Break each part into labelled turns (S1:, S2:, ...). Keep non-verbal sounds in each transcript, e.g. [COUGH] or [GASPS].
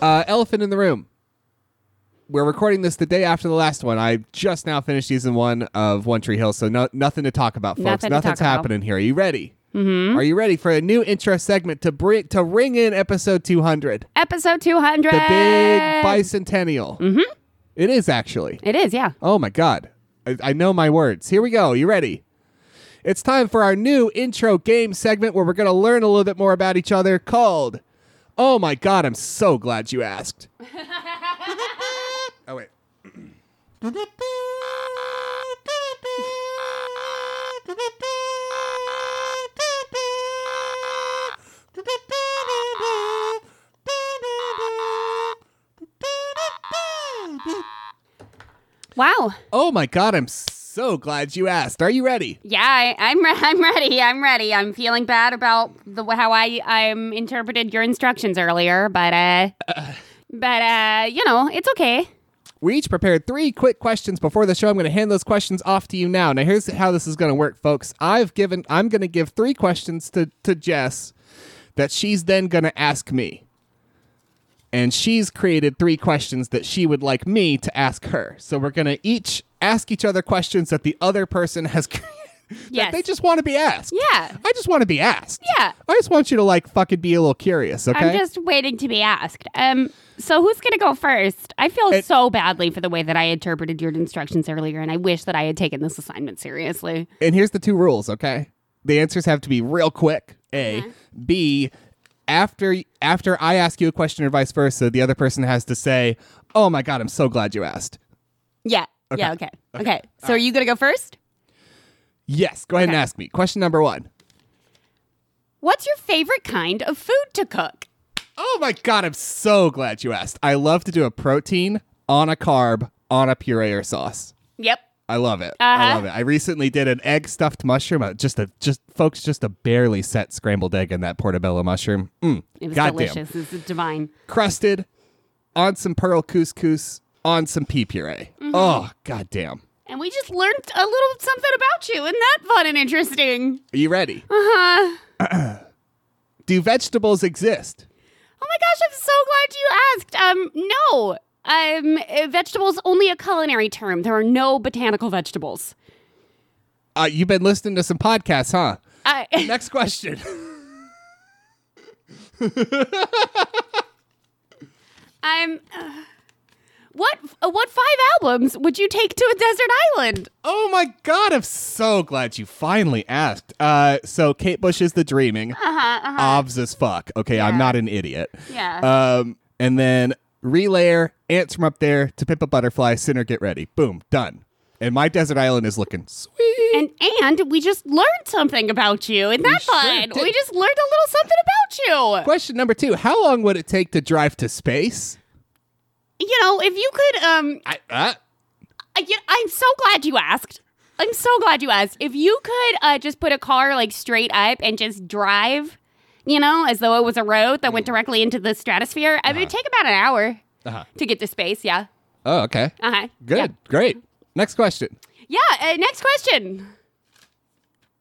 S1: Uh, Elephant in the Room. We're recording this the day after the last one. I just now finished season one of One Tree Hill, so no, nothing to talk about, folks.
S2: Nothing to
S1: Nothing's
S2: talk about.
S1: happening here. Are you ready? Mm-hmm. Are you ready for a new intro segment to bring to ring in episode two hundred,
S2: Episode 200.
S1: the big bicentennial? Mm-hmm. is actually.
S2: It is, yeah.
S1: Oh my god, I, I know my words. Here we go. You ready? It's time for our new intro game segment where we're going to learn a little bit more about each other. Called, oh my god, I'm so glad you asked. oh wait.
S2: Wow.
S1: Oh my god, I'm so glad you asked. Are you ready?
S2: Yeah, I, I'm re- [LAUGHS] I'm ready. I'm ready. I'm feeling bad about the how I I'm interpreted your instructions earlier,
S1: [LAUGHS]
S2: but uh, but uh, you know, it's okay.
S1: We each prepared three quick questions before the show. I'm going to hand those questions off to you now. Now, here's how this is going to work, folks. I've given, I'm going to give three questions to, to Jess that she's then going to ask me. And she's created three questions that she would like me to ask her. So we're going to each ask each other questions that the other person has. [LAUGHS] that
S2: Yes.
S1: They just want to be asked.
S2: Yeah.
S1: I just want to be asked.
S2: Yeah.
S1: I just want you to like fucking be a little curious, okay?
S2: I'm just waiting to be asked. Um, so who's gonna go first? I feel
S1: It-
S2: so badly for the way that I interpreted your instructions earlier, and I wish that I had taken this assignment seriously.
S1: And here's the two rules, okay? The answers have to be real quick. A, B, after after I ask you a question or vice versa, the other person has to say, "Oh my god, I'm so glad you asked."
S2: Yeah. Yeah. Okay. Okay. So are you gonna go first?
S1: Yes, go ahead and
S2: Okay.
S1: ask me. Question number 1.
S2: What's your favorite kind of food to cook?
S1: Oh my god, I'm so glad you asked. I love to do a protein on a carb on a puree or sauce.
S2: Yep.
S1: I love it. I
S2: Uh-huh.
S1: love it. I recently did an egg stuffed mushroom. uh, Just a just folks, just a barely set scrambled egg in that portobello mushroom. Mm,
S2: It was
S1: goddamn.
S2: delicious. It's divine.
S1: crusted on some pearl couscous on some pea puree. Oh, goddamn.
S2: And we just learned a little something about you. Isn't that fun and interesting?
S1: Are you ready? Uh-huh. Do vegetables exist?
S2: Oh my gosh, I'm so glad you asked. Um, no. Um, uh, vegetables only a culinary term. There are no botanical vegetables.
S1: Uh, you've been listening to some podcasts, huh?
S2: I, [LAUGHS]
S1: Next question. [LAUGHS]
S2: I'm. [SIGHS] uh, what uh, what five albums would you take to a desert island?
S1: oh my god, I'm so glad you finally asked. Uh, so Kate Bush is the dreaming. Uh-huh, Obs as fuck. Okay, I'm
S2: Yeah.
S1: not an idiot.
S2: Yeah.
S1: Um, and then relayer, ants from up there to Pippa Butterfly, sinner get ready. Boom, done. And my desert island is looking sweet.
S2: and and we just learned something about you. Isn't that
S1: sure
S2: fun?
S1: did.
S2: we just learned a little something about you.
S1: Question number two: How long would it take to drive to space?
S2: You know, if you could um
S1: I, uh,
S2: I, you- I'm so glad you asked. I'm so glad you asked. If you could uh, just put a car like straight up and just drive, you know, as though it was a road that went directly into the stratosphere, I mean, it'd take about an hour
S1: Uh-huh.
S2: to get to space. Yeah.
S1: oh, okay,
S2: Uh huh.
S1: good, great. Next question.
S2: Yeah. yeah uh, next question.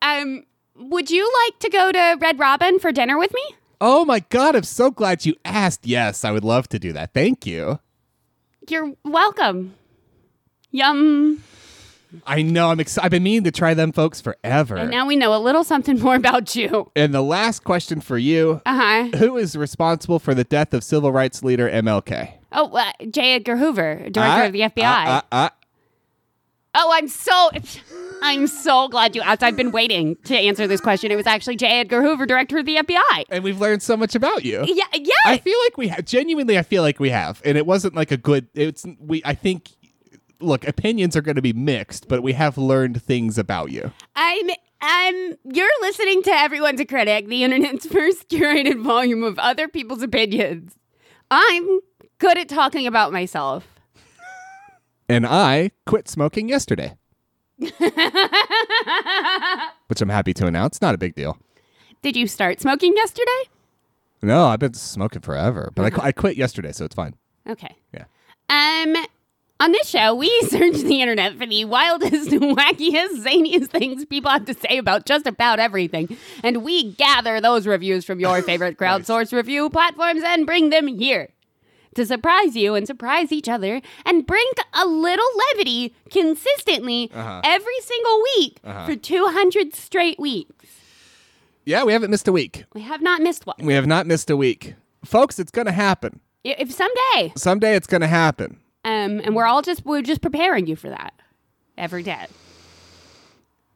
S2: Um, would you like to go to Red Robin for dinner with me?
S1: Oh my god, I'm so glad you asked. Yes, I would love to do that. Thank you.
S2: You're welcome. Yum.
S1: I know I'm excited. I've been meaning to try them, folks, forever.
S2: And now we know a little something [LAUGHS] more about you.
S1: And the last question for you:
S2: Uh huh.
S1: Who is responsible for the death of civil rights leader MLK?
S2: Oh, uh, J. Edgar Hoover, director
S1: I-
S2: of the FBI.
S1: I- I- I-
S2: Oh, I'm so I'm so glad you asked. I've been waiting to answer this question. It was actually J. Edgar Hoover, director of the FBI.
S1: and we've learned so much about you.
S2: Yeah, yeah.
S1: I feel like we have. Genuinely, I feel like we have, and it wasn't like a good. It's we. I think. Look, opinions are going to be mixed, but we have learned things about you.
S2: I'm Um, you're listening to Everyone's a Critic, the internet's [LAUGHS] first curated volume of other people's opinions. I'm good at talking about myself.
S1: And I quit smoking
S2: [LAUGHS]
S1: yesterday. Which I'm happy to announce. Not a big deal.
S2: Did you start smoking yesterday?
S1: No, I've been smoking forever, but I, qu- I quit yesterday, so it's fine.
S2: Okay.
S1: Yeah.
S2: Um, on this show, we [LAUGHS] search the internet for the wildest, [LAUGHS] wackiest, zaniest things people have to say about just about everything. And we gather those reviews from your favorite crowdsourced review platforms and bring them here to surprise you and surprise each other and bring a little levity consistently every single week for 200 straight weeks.
S1: Yeah, we haven't missed a week.
S2: We have not missed one.
S1: We have not missed a week. Folks, it's going to happen.
S2: I- If someday,
S1: Someday it's going to happen.
S2: um, and we're all just we're just preparing you for that every day.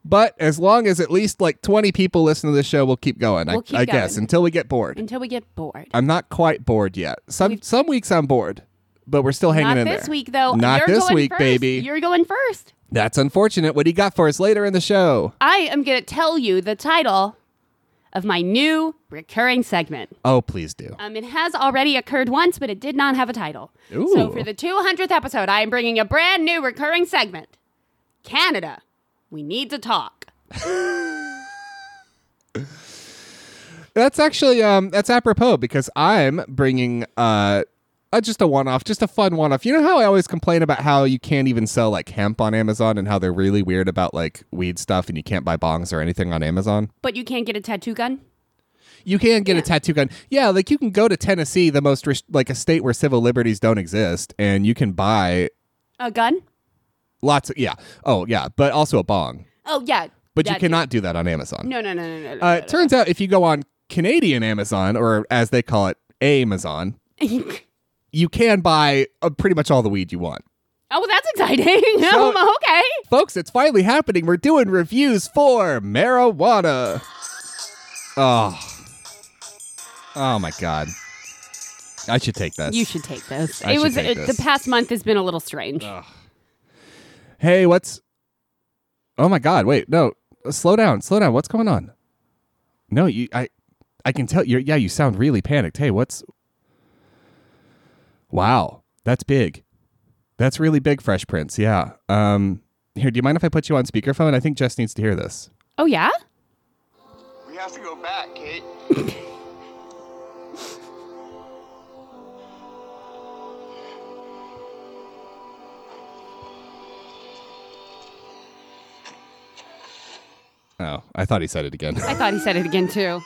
S1: But as long as at least like 20 people listen to this show, we'll keep going, I,
S2: We'll keep
S1: I guess,
S2: going.
S1: until we get bored.
S2: until we get bored.
S1: I'm not quite bored yet. Some some weeks I'm bored, but we're still hanging
S2: Not
S1: in
S2: this
S1: there.
S2: week, though.
S1: Not
S2: You're
S1: this
S2: going
S1: week,
S2: first.
S1: baby.
S2: You're going first.
S1: That's unfortunate. What do you got for us later in the show?
S2: I am going to tell you the title of my new recurring segment.
S1: Oh, please do.
S2: Um, it has already occurred once, but it did not have a title. So
S1: Ooh.
S2: for the 200th episode, I am bringing a brand new recurring segment Canada. We need to talk.
S1: That's actually um that's apropos because I'm bringing uh uh, just a one-off, just a fun one-off. You know how I always complain about how you can't even sell like hemp on Amazon and how they're really weird about like weed stuff and you can't buy bongs or anything on Amazon.
S2: But you can't get a tattoo gun?
S1: You can get a tattoo gun. Yeah, like you can go to Tennessee, the most res- like a state where civil liberties don't exist, and you can buy
S2: A gun?
S1: lots of yeah. Oh yeah, but also a bong.
S2: Oh, yeah.
S1: But
S2: Yeah,
S1: you cannot do that on Amazon.
S2: No, no, no, no, no. no,
S1: uh, it turns out if you go on Canadian Amazon or as they call it, Amazon,
S2: no.
S1: you can buy uh, pretty much all the weed you want.
S2: [LAUGHS] oh, well, that's exciting. [LAUGHS] Um,
S1: [LAUGHS]
S2: okay.
S1: Folks, it's finally happening. We're doing reviews for marijuana. Oh. Oh my god. I should take this.
S2: You should take this.
S1: I
S2: it
S1: should
S2: was
S1: take
S2: it,
S1: this.
S2: the past month has been a little strange.
S1: hey, what's Oh my god, wait, no. uh, Slow down, slow down. What's going on? No, you I I can tell you're yeah, you sound really panicked. Hey, what's Wow, that's big. That's really big, Fresh Prince, yeah. Um here, do you mind if I put you on speakerphone? I think Jess needs to hear this.
S2: Oh yeah?
S3: We have to go back, Kate.
S1: Oh, I thought he said it again.
S2: I thought he said it again too.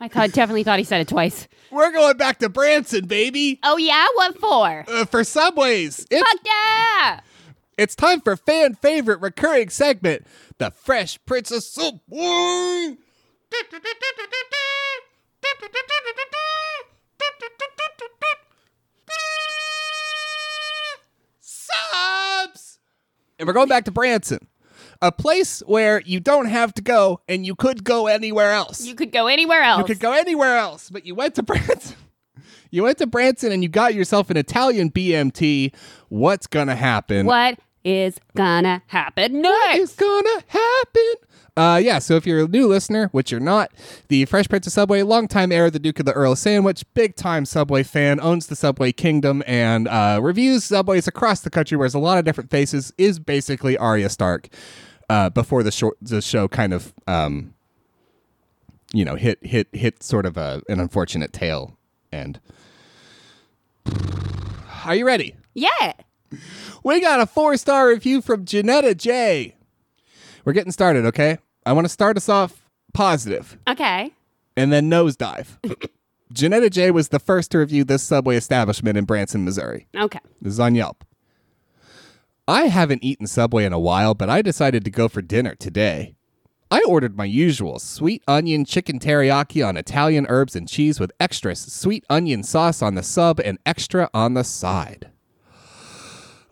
S2: I thought definitely thought he said it twice.
S1: [LAUGHS] We're going back to Branson, baby.
S2: Oh yeah, what for?
S1: Uh, for Subways, it's,
S2: Fuck yeah!
S1: it's time for fan favorite recurring segment, the Fresh Prince of Subway. Subs, and we're going back to Branson, a place where you don't have to go, and you could go anywhere else.
S2: You could go anywhere else.
S1: You could go anywhere else, but you went to [LAUGHS] Branson. You went to Branson and you got yourself an Italian BMT. What's gonna happen?
S2: What is gonna happen next?
S1: is gonna happen? Uh, yeah, so if you're a new listener, which you're not, the Fresh Prince of Subway, longtime heir of the Duke of the Earl of Sandwich, big time Subway fan, owns the Subway Kingdom, and uh, reviews Subways across the country, wears a lot of different faces, is basically Arya Stark uh, before the, short, the show kind of, um, you know, hit hit hit sort of a, an unfortunate tail end. [SIGHS] Are you ready?
S2: yeah.
S1: We got a four star review from Janetta J. We're getting started, okay? I want to start us off positive
S2: Okay.
S1: and then nosedive. Janetta J was the first to review this subway establishment in Branson, Missouri.
S2: Okay.
S1: This is on Yelp. I haven't eaten Subway in a while, but I decided to go for dinner today. I ordered my usual sweet onion chicken teriyaki on Italian herbs and cheese with extra sweet onion sauce on the sub and extra on the side.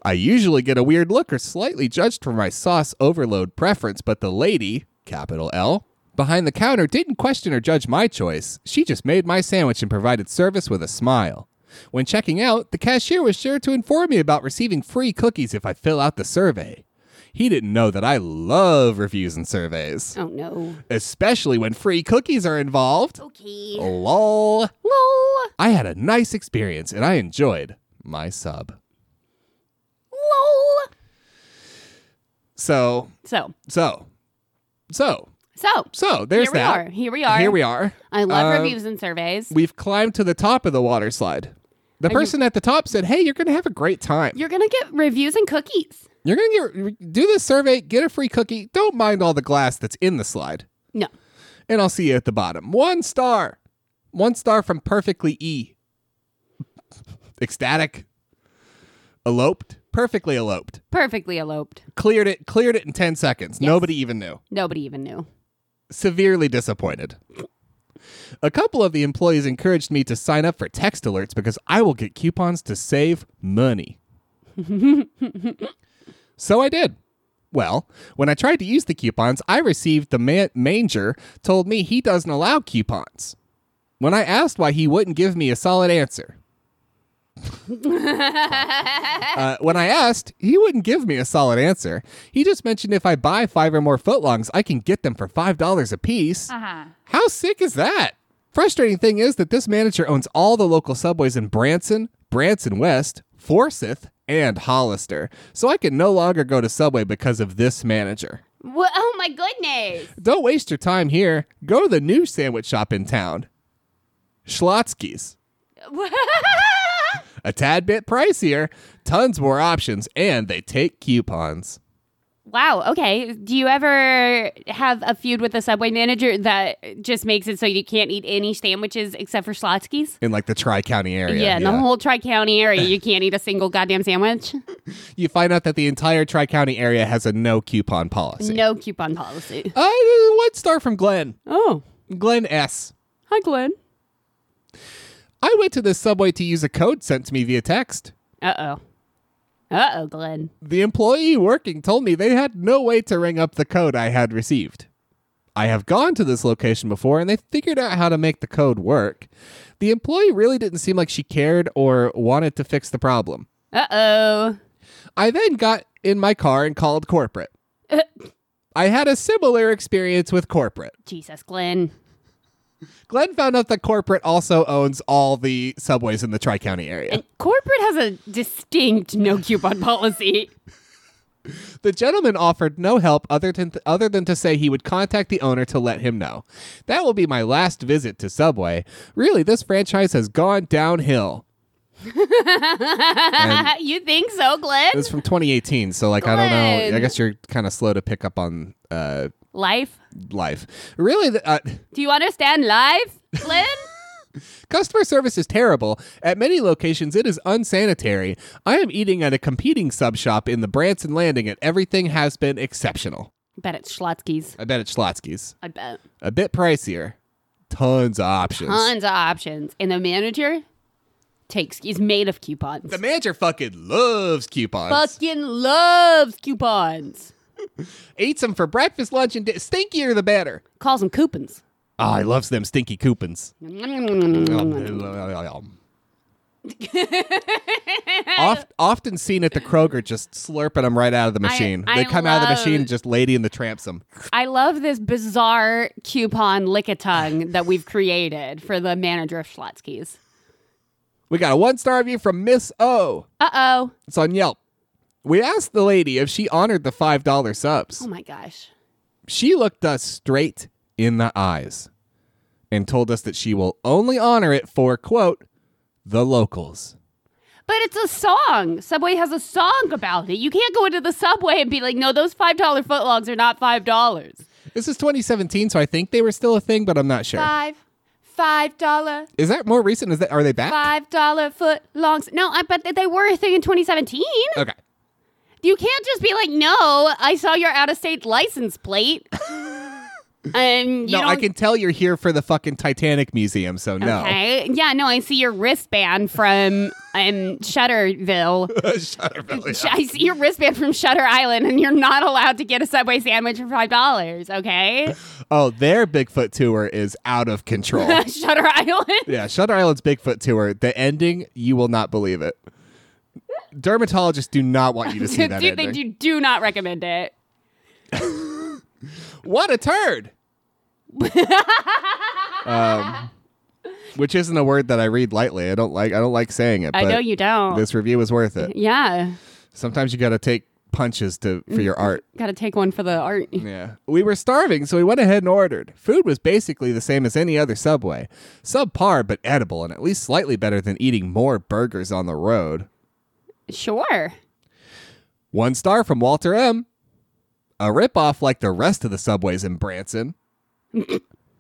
S1: I usually get a weird look or slightly judged for my sauce overload preference, but the lady, capital L, behind the counter didn't question or judge my choice. She just made my sandwich and provided service with a smile. When checking out, the cashier was sure to inform me about receiving free cookies if I fill out the survey. He didn't know that I love reviews and surveys,
S2: Oh no.
S1: especially when free cookies are involved.
S2: Okay.
S1: Lol.
S2: Lol.
S1: I had a nice experience and I enjoyed my sub.
S2: Lol.
S1: So,
S2: So,
S1: so, so,
S2: so
S1: so there's
S2: here we
S1: that.
S2: are. Here we are.
S1: Here we are.
S2: I love
S1: Uh,
S2: reviews and surveys.
S1: We've climbed to the top of the water slide. The
S2: you-
S1: person at the top said, "Hey, you're going to have a great time.
S2: You're gonna get reviews and cookies.
S1: You're going to get do this survey, get a free cookie. Don't mind all the glass that's in the slide."
S2: No.
S1: And I'll see you at the bottom. One star. One star from perfectly E. [LAUGHS] Ecstatic. Eloped. Perfectly eloped.
S2: Perfectly eloped.
S1: Cleared it. Cleared it in 10 seconds. Nobody even knew.
S2: Nobody even knew.
S1: severely disappointed. A couple of the employees encouraged me to sign up for text alerts because I will get coupons to save money. so I did. Well, when I tried to use the coupons, I received the man- manger told me he doesn't allow coupons. When I asked why he wouldn't give me a solid answer, uh, when I asked, he wouldn't give me a solid answer. He just mentioned if I buy five or more footlongs, I can get them for $5 a piece.
S2: Uh-huh.
S1: How sick is that? Frustrating thing is that this manager owns all the local subways in Branson, Branson West, Forsyth, and Hollister. So I can no longer go to Subway because of this manager.
S2: Well, oh my [LAUGHS] goodness.
S1: Don't waste your time here. Go to the new sandwich shop in town. Schlotsky's. A tad bit pricier, tons more options, and they take coupons.
S2: wow. Okay. Do you ever have a feud with the subway manager that just makes it so you can't eat any sandwiches except for Schlotsky's?
S1: In like the Tri County area.
S2: yeah, in the whole Tri County area, you can't eat a single goddamn [LAUGHS] sandwich.
S1: You find out that the entire Tri County area has a no coupon policy.
S2: No coupon policy.
S1: Uh, one star from Glenn.
S2: Oh,
S1: Glenn S.
S2: hi, Glenn.
S1: I went to this subway to use a code sent to me via text.
S2: Uh oh. Uh oh, Glenn.
S1: The employee working told me they had no way to ring up the code I had received. I have gone to this location before and they figured out how to make the code work. The employee really didn't seem like she cared or wanted to fix the problem.
S2: Uh oh.
S1: I then got in my car and called
S2: [LAUGHS]
S1: corporate. I had a similar experience with corporate.
S2: Jesus, Glenn.
S1: Glenn found out that corporate also owns all the subways in the Tri County area.
S2: And corporate has a distinct no coupon [LAUGHS] policy.
S1: The gentleman offered no help other than other than to say he would contact the owner to let him know. That will be my last visit to Subway. Really, this franchise has gone downhill. And-
S2: Uh, you think so, Glenn?
S1: This is from 2018, so like I don't know. I
S2: Glenn.
S1: guess you're kind of slow to pick up on uh,
S2: Life.
S1: life. Really, the, uh,
S2: Do you understand life, Glenn? [LAUGHS]
S1: customer service is terrible. At many locations, it is unsanitary. I am eating at a competing sub shop in the Branson Landing, and everything has been exceptional.
S2: bet it's Schlotsky's.
S1: I bet it's Schlotsky's.
S2: I bet.
S1: A bit pricier. Tons of options.
S2: Tons of options. And the manager takes is made of coupons.
S1: The manager fucking loves coupons.
S2: Fucking loves coupons.
S1: Eats them for breakfast, lunch, and di- stinkier the better.
S2: Calls them coupons.
S1: Ah, he loves them stinky
S2: [LAUGHS]
S1: coupons. Oft, often seen at the Kroger, just slurping them right out of the machine.
S2: I
S1: they come out of the
S2: love-
S1: machine and just lady in the tramps them.
S2: I love this bizarre coupon lick a tongue that we've created for the manager of Schlotsky's.
S1: We got a one star review from Miss O.
S2: Uh oh.
S1: It's on Yelp. We asked the lady if she honored the five dollar subs.
S2: Oh my gosh.
S1: She looked us straight in the eyes and told us that she will only honor it for quote the locals.
S2: But it's a song. Subway has a song about it. You can't go into the subway and be like, no, those $5 footlongs are not $5.
S1: This is 2017, so I think they were still a thing, but I'm not sure.
S2: Five. Five dollar,
S1: Is that more recent? Is that are they back?
S2: five dollar foot longs. No, I bet that they were a thing in 2017.
S1: Okay.
S2: You can't just be like, no, I saw your out of state license plate. and you
S1: no,
S2: don't
S1: I can tell you're here for the fucking Titanic Museum, so no. [LAUGHS]
S2: Okay. Yeah, no, I see your wristband from um
S1: [LAUGHS]
S2: Shutterville. [LAUGHS]
S1: Shutterville, yeah.
S2: I see your wristband from Shutter Island, and you're not allowed to get a Subway sandwich for five dollars.
S1: [LAUGHS]
S2: Okay, [LAUGHS]
S1: Oh, their Bigfoot tour is out of control.
S2: Shutter Island.
S1: yeah, Shutter Island's Bigfoot tour. The ending, you will not believe it. Dermatologists do not want you to see
S2: Dude,
S1: that
S2: they
S1: ending.
S2: [LAUGHS] do, do not recommend it.
S1: What a turd! um, which isn't a word that I read lightly. I don't like. I don't like saying it.
S2: I
S1: but
S2: know you don't.
S1: This review is worth
S2: [LAUGHS]
S1: it.
S2: yeah.
S1: Sometimes you got to take punches to for your
S2: [LAUGHS]
S1: art.
S2: Got to take one for the art.
S1: Yeah. We were starving, so we went ahead and ordered. Food was basically the same as any other Subway. Subpar, but edible, and at least slightly better than eating more burgers on the road.
S2: Sure.
S1: One star from Walter M. A ripoff like the rest of the subways in
S2: [LAUGHS]
S1: Branson.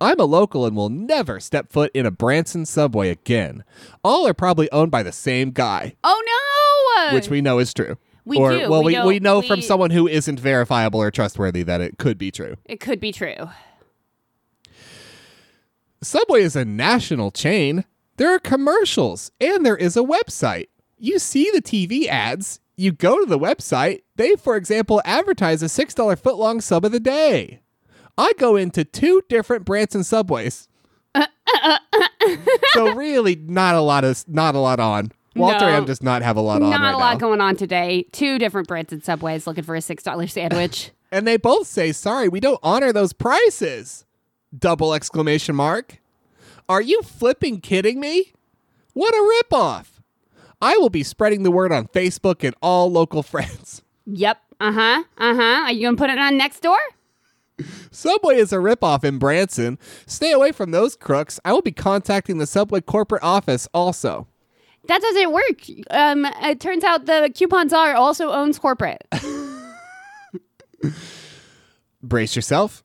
S1: I'm a local and will never step foot in a Branson subway again. All are probably owned by the same guy,
S2: Oh no.
S1: which we know is true.
S2: We
S1: or,
S2: do.
S1: Well,
S2: We
S1: we,
S2: know-
S1: we know from
S2: we-
S1: someone who isn't verifiable or trustworthy that it could be true.
S2: It could be true.
S1: Subway is a national chain. There are commercials and there is a website. You see the TV ads, you go to the website. They, for example, advertise a $6 footlong sub of the day. I go into two different Branson
S2: [LAUGHS]
S1: subways. so really not a lot of not a lot on. Walter
S2: No.
S1: M does not have a lot on
S2: Not
S1: right
S2: a lot
S1: now.
S2: going on today. Two different breads and subways looking for a six dollar sandwich.
S1: and they both say, "Sorry, we don't honor those prices." Double exclamation mark. Are you flipping kidding me? What a ripoff. I will be spreading the word on Facebook and all local [LAUGHS] friends.
S2: [LAUGHS] yep. Uh huh. Uh huh. Are you gonna put it on next door?
S1: Subway is a ripoff in Branson. Stay away from those crooks. I will be contacting the Subway corporate office also.
S2: That doesn't work. Um, it turns out the coupons are also owns corporate. [LAUGHS]
S1: Brace yourself.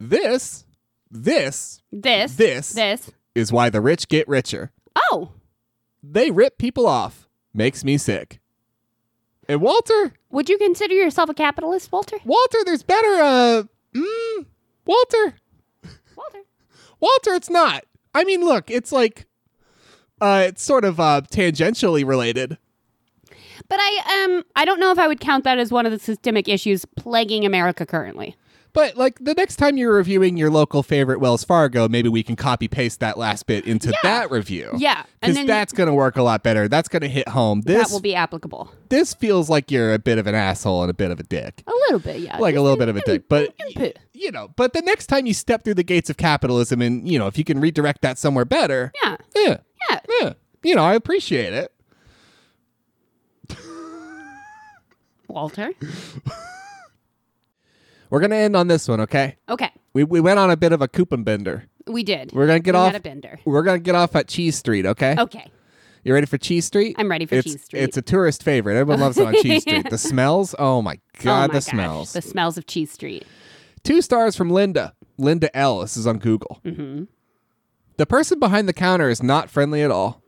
S1: This, this
S2: This.
S1: This.
S2: This.
S1: is why the rich get richer.
S2: Oh,
S1: They rip people off. Makes me sick. And Walter,
S2: would you consider yourself a capitalist, Walter?
S1: Walter, there's better. Uh, mm, Walter,
S2: Walter.
S1: Walter, it's not. I mean, look, it's like, uh, it's sort of uh, tangentially related.
S2: But I um I don't know if I would count that as one of the systemic issues plaguing America currently.
S1: But like the next time you're reviewing your local favorite Wells Fargo, maybe we can copy paste that last bit into that review.
S2: Yeah, and
S1: because
S2: then-
S1: that's gonna work a lot better. That's gonna hit home. This
S2: that will be applicable.
S1: this feels like you're a bit of an asshole and a bit of a dick.
S2: A little bit, yeah.
S1: like a
S2: Just
S1: little bit of a
S2: little
S1: dick. But
S2: input.
S1: you know, but the next time you step through the gates of capitalism, and you know, if you can redirect that somewhere better,
S2: Yeah.
S1: yeah,
S2: Yeah.
S1: yeah. You know, I appreciate it.
S2: Walter.
S1: We're gonna end on this one, okay?
S2: Okay.
S1: We we went on a bit of a coupon bender.
S2: We did.
S1: We're gonna get
S2: We
S1: off.
S2: had a bender.
S1: We're gonna get off at Cheese Street, okay?
S2: Okay.
S1: You ready for Cheese Street?
S2: I'm ready for
S1: It's-
S2: Cheese Street.
S1: It's a tourist favorite. Everyone loves it on Cheese
S2: [LAUGHS]
S1: Street. The smells. Oh my
S2: oh my
S1: god, the
S2: gosh,
S1: smells.
S2: The smells of Cheese Street.
S1: Two stars from Linda. Linda L. This is on Google.
S2: Mm-hmm.
S1: The person behind the counter is not friendly at all.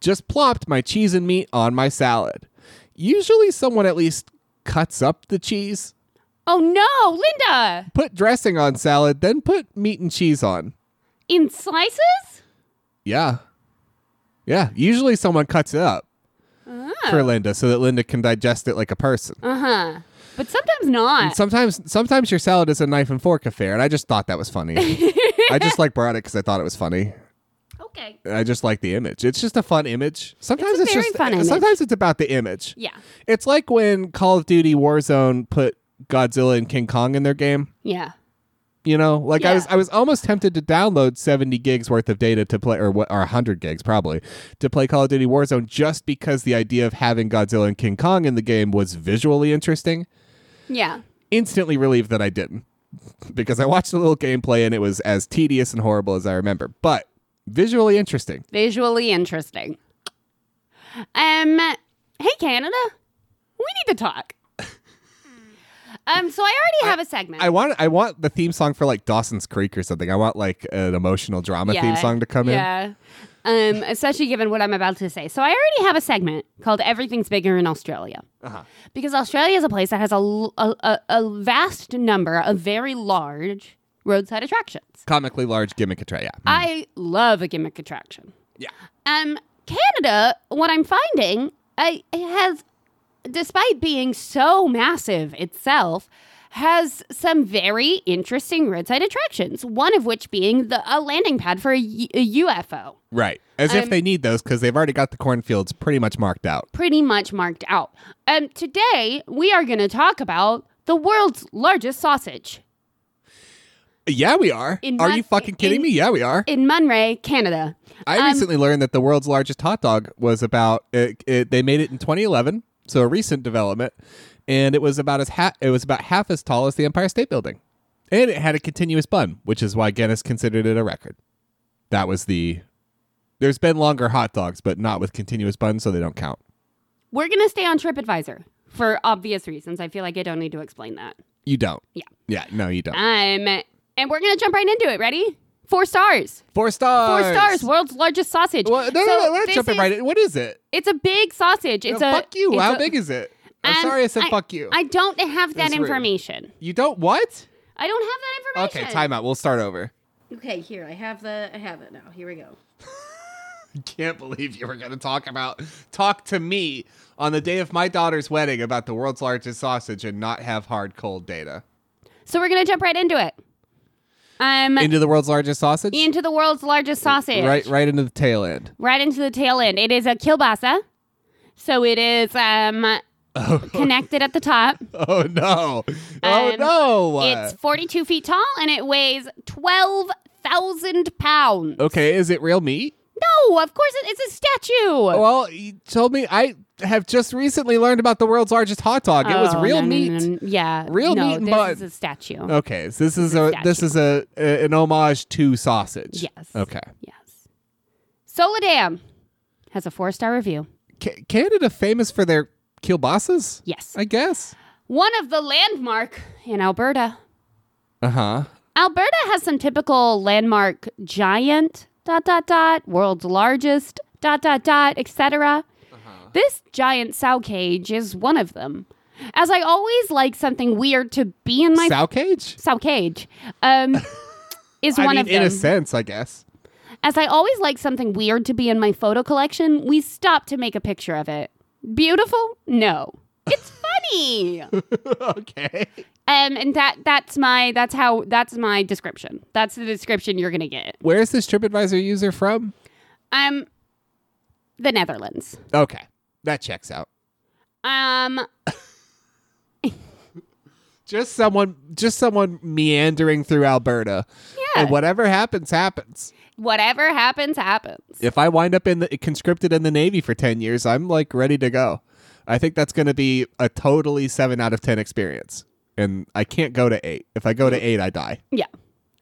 S1: Just plopped my cheese and meat on my salad. Usually, someone at least cuts up the cheese,
S2: Oh no, Linda!
S1: put dressing on salad, then put meat and cheese on.
S2: In slices?
S1: Yeah. Yeah. Usually, someone cuts it up
S2: Oh.
S1: for Linda so that Linda can digest it like a person.
S2: Uh huh. But sometimes not.
S1: sometimes sometimes your salad is a knife and fork affair, and I just thought that was funny. I just like brought it because I thought it was funny.
S2: okay.
S1: I just like the image. It's just a fun image. Sometimes
S2: a
S1: it's,
S2: very
S1: just
S2: fun image.
S1: sometimes it's about the image.
S2: Yeah.
S1: It's like when Call of Duty Warzone put Godzilla and King Kong in their game.
S2: Yeah.
S1: You know, like I
S2: Yeah.
S1: was I was almost tempted to download 70 gigs worth of data to play or what or 100 gigs probably to play Call of Duty Warzone just because the idea of having Godzilla and King Kong in the game was visually interesting.
S2: Yeah.
S1: Instantly relieved that I didn't [LAUGHS] because I watched a little gameplay and it was as tedious and horrible as I remember, but visually interesting.
S2: Visually interesting. Um, hey Canada, we need to
S1: [LAUGHS]
S2: talk. um, so I already have a segment.
S1: I want I want the theme song for like Dawson's Creek or something. I want like an emotional drama theme song to come in.
S2: yeah. Um, especially given what I'm about to say. So I already have a segment called Everything's Bigger in Australia.
S1: Uh-huh.
S2: Because Australia is a place that has a, l- a- a- a vast number of very large roadside attractions.
S1: Comically large gimmick attraction. Yeah.
S2: I love a gimmick attraction.
S1: yeah.
S2: Um, Canada, what I'm finding, I, it has, despite being so massive itself, has some very interesting roadside attractions, one of which being the, a landing pad for a U- a UFO.
S1: Right. As if
S2: Um,
S1: they need those because they've already got the cornfields pretty much marked out.
S2: pretty much marked out. Um, today we are going to talk about the world's largest sausage
S1: Yeah, we are.
S2: In
S1: are
S2: one-
S1: you fucking kidding
S2: in-
S1: me? Yeah, we are.
S2: in Monterey, Canada.
S1: I
S2: um,
S1: recently learned that the world's largest hot dog was about. It, it, they made it in 2011, so a recent development, and it was about as ha- it was about half as tall as the Empire State Building, and it had a continuous bun, which is why Guinness considered it a record. That was the. There's been longer hot dogs, but not with continuous buns, so they don't count.
S2: We're going to stay on TripAdvisor for obvious reasons. I feel like I don't need to explain that.
S1: You don't.
S2: Yeah.
S1: Yeah. No, you don't.
S2: Um, and we're going to jump right into it. Ready? Four stars.
S1: Four
S2: Four
S1: stars.
S2: stars. World's largest sausage.
S1: Well, no,
S2: So
S1: no, no, we're
S2: this
S1: jumping
S2: is-
S1: right in. What is it?
S2: It's a big sausage. It's
S1: No,
S2: a
S1: fuck you.
S2: it's
S1: How
S2: a-
S1: big is it? I'm
S2: um,
S1: sorry I said fuck you.
S2: I don't have that
S1: That's rude.
S2: information.
S1: you don't what?
S2: I don't have that
S1: Okay,
S2: information.
S1: time out. We'll start over.
S2: Okay, here I have the I have it now. Here we go.
S1: [LAUGHS] Can't believe you were going to talk about talk to me on the day of my daughter's wedding about the world's largest sausage and not have hard cold data.
S2: So we're gonna jump right into it. Um, into,
S1: Into the world's largest sausage?
S2: the world's largest sausage.
S1: right right into the tail end. [LAUGHS]
S2: Right into the tail end. It is a kielbasa, so it is um connected at
S1: [LAUGHS]
S2: the top.
S1: Oh no. oh
S2: Um,
S1: no.
S2: It's 42 feet tall and it weighs 12,000 pounds.
S1: okay, is it real meat?
S2: No, of course it, it's a statue.
S1: Well, you told me I have just recently learned about the world's largest hot dog. it was
S2: Oh,
S1: real
S2: no, no,
S1: meat.
S2: no, no. Yeah,
S1: Real
S2: no,
S1: meat and
S2: This
S1: bun. Oh.
S2: is a statue.
S1: Okay, so this is a
S2: statue.
S1: this is a, a an homage to sausage.
S2: Yes.
S1: Okay.
S2: Yes. Soledam has a four-star review.
S1: Ca Canada famous for their kielbasas? [LAUGHS]
S2: Yes.
S1: I guess.
S2: One of the landmark in Alberta.
S1: Uh huh.
S2: Alberta has some typical landmark giant dot dot dot world's largest dot dot dot etc. This giant sow cage is one of them. As I always like something weird to be in my [LAUGHS] sow,
S1: Sow cage.
S2: cage.
S1: [LAUGHS]
S2: Um is
S1: I
S2: one
S1: mean,
S2: of
S1: in
S2: them.
S1: a sense, I guess. [LAUGHS]
S2: As I always like something weird to be in my photo collection, we stopped to make a picture of it. Beautiful? No.
S1: [LAUGHS]
S2: It's funny.
S1: okay.
S2: Um, and that that's my that's how that's my description. That's the description you're gonna get.
S1: Where is this TripAdvisor user from?
S2: Um, the Netherlands.
S1: Okay, that checks out.
S2: Um,
S1: Just someone, just someone meandering through Alberta,
S2: Yeah.
S1: and whatever happens, happens.
S2: whatever happens, happens.
S1: If I wind up in the conscripted in the Navy for ten years, I'm like ready to go. I think that's going to be a totally seven out of ten experience, and I can't go to eight. If I go to eight, I die.
S2: Yeah.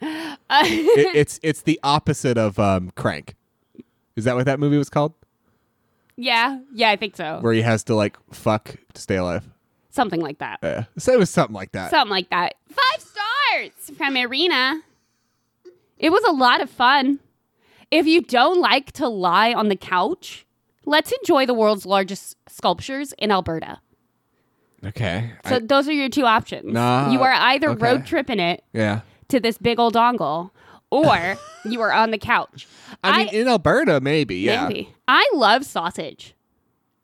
S2: [LAUGHS] Uh,
S1: It, it's it's the opposite of um, Crank. Is that what that movie was called?
S2: yeah, yeah, I think so.
S1: Where he has to like fuck to stay alive.
S2: Something like that.
S1: Yeah. So it was something like that.
S2: Something like that. Five stars from Irina. It was a lot of fun. If you don't like to lie on the couch, let's enjoy the world's largest sculptures in Alberta.
S1: okay.
S2: So
S1: I-
S2: those are your two options.
S1: Nah,
S2: you are either
S1: okay.
S2: road tripping it
S1: yeah.
S2: to this big old dongle,
S1: [LAUGHS]
S2: or you are on the couch.
S1: I, mean, in Alberta, maybe. Yeah.
S2: Maybe. I love sausage,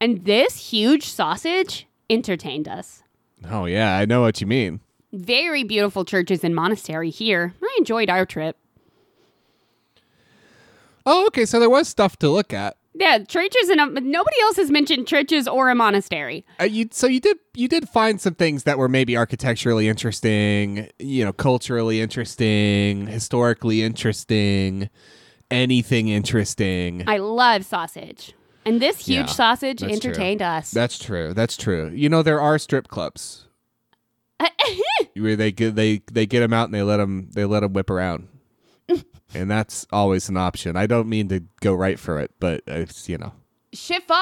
S2: and this huge sausage entertained us.
S1: Oh yeah, I know what you mean.
S2: Very beautiful churches and monastery here. I enjoyed our trip.
S1: Oh, okay. So there was stuff to look at.
S2: Yeah, churches and um, nobody else has mentioned churches or a monastery.
S1: Uh, you so you did you did find some things that were maybe architecturally interesting, you know, culturally interesting, historically interesting, anything interesting.
S2: I love sausage, and this
S1: Yeah,
S2: huge sausage
S1: that's true.
S2: entertained us.
S1: That's true. That's true. You know, there are strip clubs where they get they they get them out and they let them they let them whip
S2: [LAUGHS]
S1: around, and that's always an option. I don't mean to go right for it, but it's you know.
S2: [LAUGHS] Chiffon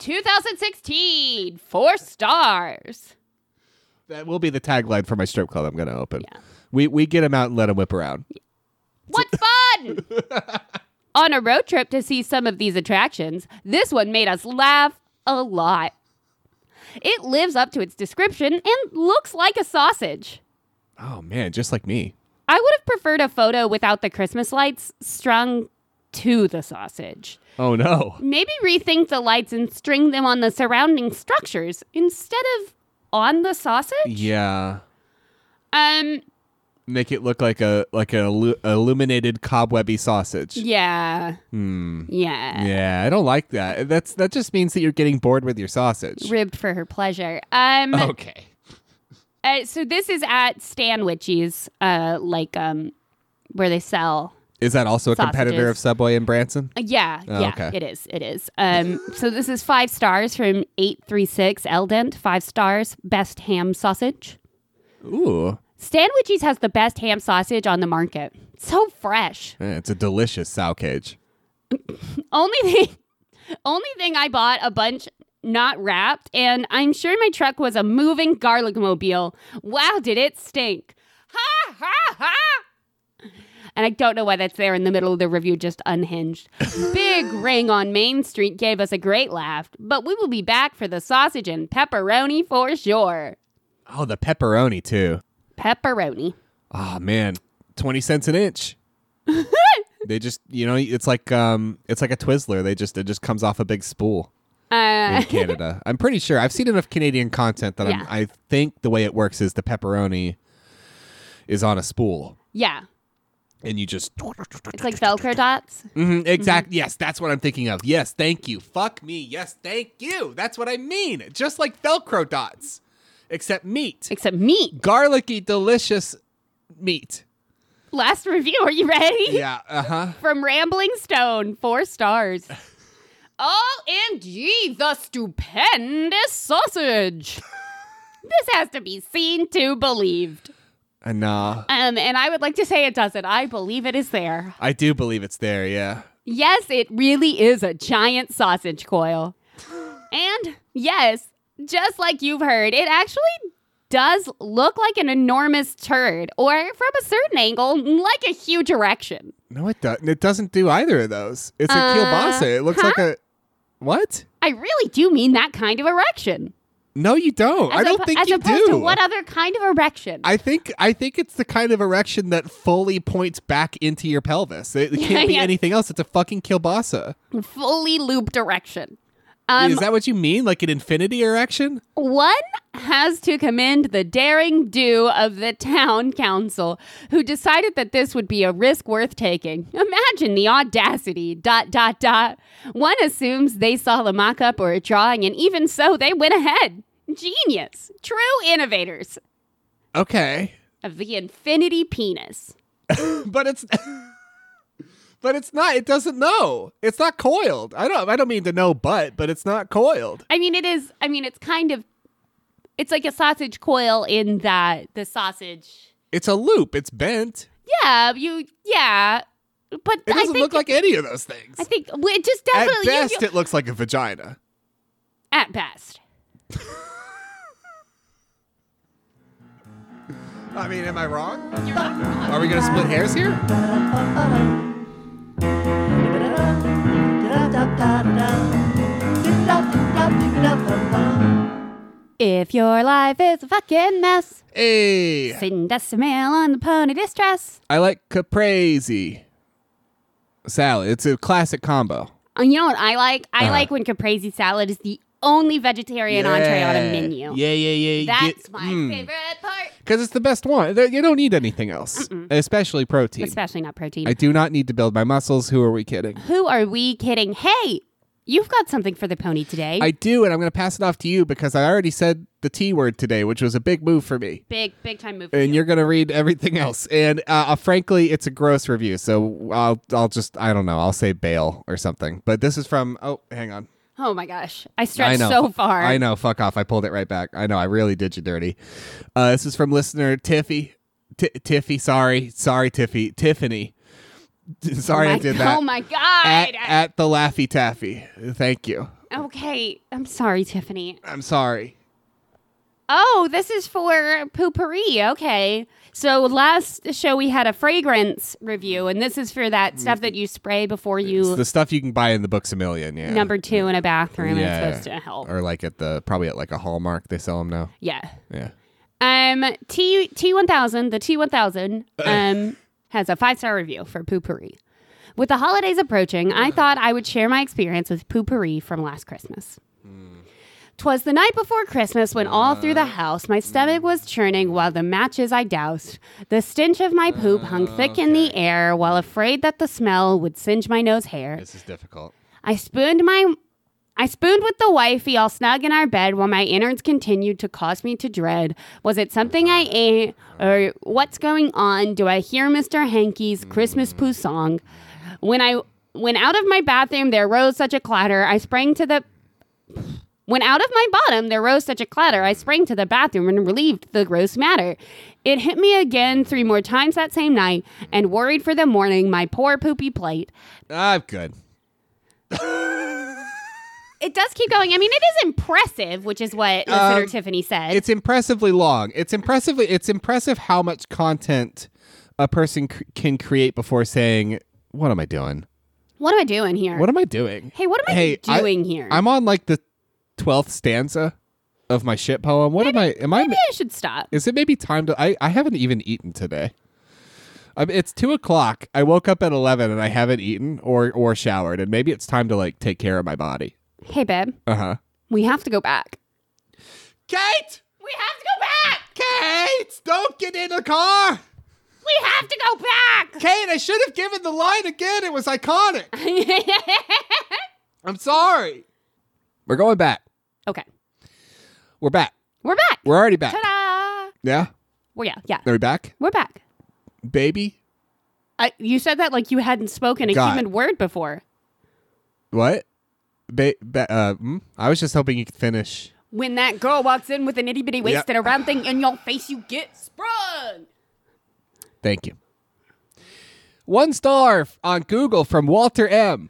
S2: 2016, four stars.
S1: That will be the tagline for my strip club I'm going to open.
S2: Yeah.
S1: We we get them out and let them whip around.
S2: What fun! [LAUGHS] On a road trip to see some of these attractions, this one made us laugh a lot. It lives up to its description and looks like a sausage.
S1: Oh man, just like me.
S2: I would have preferred a photo without the Christmas lights strung to the sausage.
S1: Oh no.
S2: Maybe rethink the lights and string them on the surrounding structures instead of on the sausage?
S1: Yeah.
S2: Um.
S1: Make it look like a like an illu- illuminated cobwebby sausage.
S2: Yeah.
S1: Hmm.
S2: Yeah.
S1: Yeah, I don't like that. That's that just means that you're getting bored with your sausage.
S2: [LAUGHS] Ribbed for her pleasure. Um.
S1: Okay.
S2: Uh, so this is at Stanwichy's, uh, like um, where they sell.
S1: Is that also a competitor
S2: Sausages.
S1: of Subway in Branson?
S2: Uh, yeah,
S1: Oh,
S2: yeah,
S1: okay.
S2: it is, it is. Um, [LAUGHS] so this is five stars from eight three six Eldent. Five stars, best ham sausage.
S1: Ooh,
S2: Stanwichy's has the best ham sausage on the market. So fresh.
S1: Eh, it's a delicious sow cage.
S2: Only [LAUGHS] thing, only thing I bought a bunch not wrapped, and I'm sure my truck was a moving garlic mobile. Wow, did it stink! Ha ha ha! And I don't know why that's there in the middle of the review, just unhinged. Big ring on Main Street gave us a great laugh, but we will be back for the sausage and pepperoni for sure.
S1: Oh, the pepperoni too.
S2: Pepperoni.
S1: Oh man, twenty cents an
S2: [LAUGHS]
S1: inch. they just, you know, it's like um, it's like a Twizzler. They just it just comes off a big spool in
S2: Uh,
S1: Canada. I'm pretty sure I've seen enough Canadian content that
S2: Yeah.
S1: I'm, I think the way it works is the pepperoni is on a spool,
S2: yeah,
S1: and you just
S2: it's Mm-hmm. like Velcro dots.
S1: Mhm, exact. Yes, that's what I'm thinking of. Yes, thank you. Fuck me. Yes, thank you. That's what I mean. Just like Velcro dots, except meat,
S2: Except meat.
S1: garlicky, delicious meat.
S2: Last review. Are you ready?
S1: Yeah. Uh huh.
S2: from Rambling Stone, four stars. OMG, the stupendous sausage. this has to be seen to believed.
S1: Uh, nah.
S2: Um, and I would like to say it doesn't. I believe it is there.
S1: I do believe it's there, yeah.
S2: Yes, it really is a giant sausage coil. And yes, just like you've heard, it actually does look like an enormous turd, or from a certain angle, like a huge erection.
S1: No, it doesn't. It doesn't do either of those. It's a
S2: Uh,
S1: kielbasa. It looks like a. What?
S2: I really do mean that kind of erection.
S1: No, you don't. I
S2: As
S1: don't
S2: oppo-
S1: think
S2: as
S1: you do.
S2: opposed To what other kind of erection?
S1: I think I think it's the kind of erection that fully points back into your pelvis.
S2: [LAUGHS]
S1: It, it
S2: Yeah,
S1: can't be
S2: yeah.
S1: anything else. It's a fucking kielbasa.
S2: Fully looped erection. Um,
S1: Is that what you mean? Like an infinity erection?
S2: one has to commend the daring do of the town council, who decided that this would be a risk worth taking. Imagine the audacity. Dot dot dot. One assumes they saw the mock-up or a drawing, and even so, they went ahead. Genius. True innovators
S1: Okay, [LAUGHS]
S2: of the infinity penis.
S1: but it's [LAUGHS] but it's not. It doesn't know. It's not coiled. I don't. I don't mean to know, but but it's not coiled.
S2: I mean, it is. I mean, it's kind of. It's like a sausage coil in that the sausage.
S1: It's a loop. It's bent.
S2: Yeah, you. Yeah, but
S1: It
S2: I
S1: doesn't
S2: think
S1: look like any of those things.
S2: I think well, it just
S1: At
S2: definitely. you-
S1: best,
S2: you-
S1: it looks like a vagina.
S2: at best.
S1: I mean, am I wrong? Are we gonna split hairs here?
S2: If your life is a fucking mess,
S1: Hey,
S2: send us a mail on the pony distress.
S1: I like caprese salad. It's a classic combo.
S2: Uh, You know what I like? I
S1: Uh-huh.
S2: like when caprese salad is the only vegetarian entree on a
S1: Yeah.
S2: menu.
S1: Yeah, yeah, yeah. you
S2: That's
S1: get-
S2: my
S1: mm.
S2: favorite part.
S1: because it's the best one. There- You don't need anything else, especially protein.
S2: Especially not protein.
S1: I do not need to build my muscles. Who are we kidding?
S2: Who are we kidding? Hey, you've got something for the pony today.
S1: I do, and I'm going to pass it off to you because I already said the T word today, which was a big move for me.
S2: big, big time move. for
S1: And
S2: you.
S1: you're going to read everything else. And uh, uh, frankly, it's a gross review, so I'll I'll just I don't know. I'll say bail or something. But this is from oh, hang on.
S2: oh my gosh, I
S1: I
S2: stretched
S1: know.
S2: so far.
S1: I know. Fuck off. I pulled it right back. I know. I really did you dirty. Uh, this is from listener Tiffy. T- Tiffy, sorry, sorry, Tiffy, Tiffany. [LAUGHS] sorry,
S2: my,
S1: I
S2: [LAUGHS]
S1: did that.
S2: Oh my god.
S1: at, at the Laffy Taffy. Thank you.
S2: okay, I'm sorry, Tiffany.
S1: I'm sorry.
S2: Oh, this is for poopery. Okay, so last show we had a fragrance review, and this is for that stuff that you spray before
S1: It's
S2: you
S1: the stuff you can buy in the books a million, yeah.
S2: number two in a bathroom.
S1: Yeah.
S2: And it's supposed to help.
S1: or like at the probably at like a Hallmark they sell them now.
S2: yeah.
S1: Yeah.
S2: Um, T T one thousand, the T one thousand, um, has a five star review for Poopery. With the holidays approaching, I thought I would share my experience with Poopery from last Christmas. Twas the night before Christmas when all through the house my stomach was churning while the matches I doused. The stench of my poop hung thick in the air while afraid that the smell would singe my nose hair.
S1: This is difficult.
S2: I spooned my I spooned with the wifey all snug in our bed while my innards continued to cause me to dread. Was it something I ate or what's going on? Do I hear Mr. Hankey's Christmas poo song? When I when out of my bathroom there rose such a clatter, I sprang to the when out of my bottom there rose such a clatter, I sprang to the bathroom and relieved the gross matter. It hit me again three more times that same night, and worried for the morning my poor poopy plate.
S1: I'm good.
S2: It does keep going. I mean, it is impressive, which is what listener
S1: Um,
S2: Tiffany said.
S1: It's impressively long. It's impressively. It's impressive how much content a person c- can create before saying, "What am I doing?
S2: What am I doing here?
S1: What am I doing?"
S2: hey, what am
S1: Hey,
S2: I
S1: I-
S2: doing here?
S1: I'm on like the twelfth stanza of my shit poem. What am I? Am I?
S2: Maybe I should stop.
S1: Is it maybe time to? I I haven't even eaten today. I mean, it's two o'clock. I woke up at eleven and I haven't eaten or or showered, and maybe it's time to like take care of my body.
S2: Hey, babe,
S1: Uh huh.
S2: we have to go back.
S1: Kate,
S2: We have to go back.
S1: Kate, don't get in the car.
S2: We have to go back. [LAUGHS]
S1: Kate, I should have given the line again. It was iconic. I'm sorry. We're going back.
S2: okay,
S1: We're back.
S2: we're back.
S1: We're already back.
S2: Ta-da!
S1: Yeah.
S2: Well, yeah, yeah,
S1: Are we back?
S2: we're back.
S1: Baby?
S2: I, you said that like you hadn't spoken a
S1: God.
S2: human word before.
S1: What? Ba- ba- uh, mm? I was just hoping you could finish.
S2: When that girl walks in with an itty bitty waist
S1: Yep.
S2: and a round thing in your face, you get sprung.
S1: Thank you. One star f- on Google from Walter M.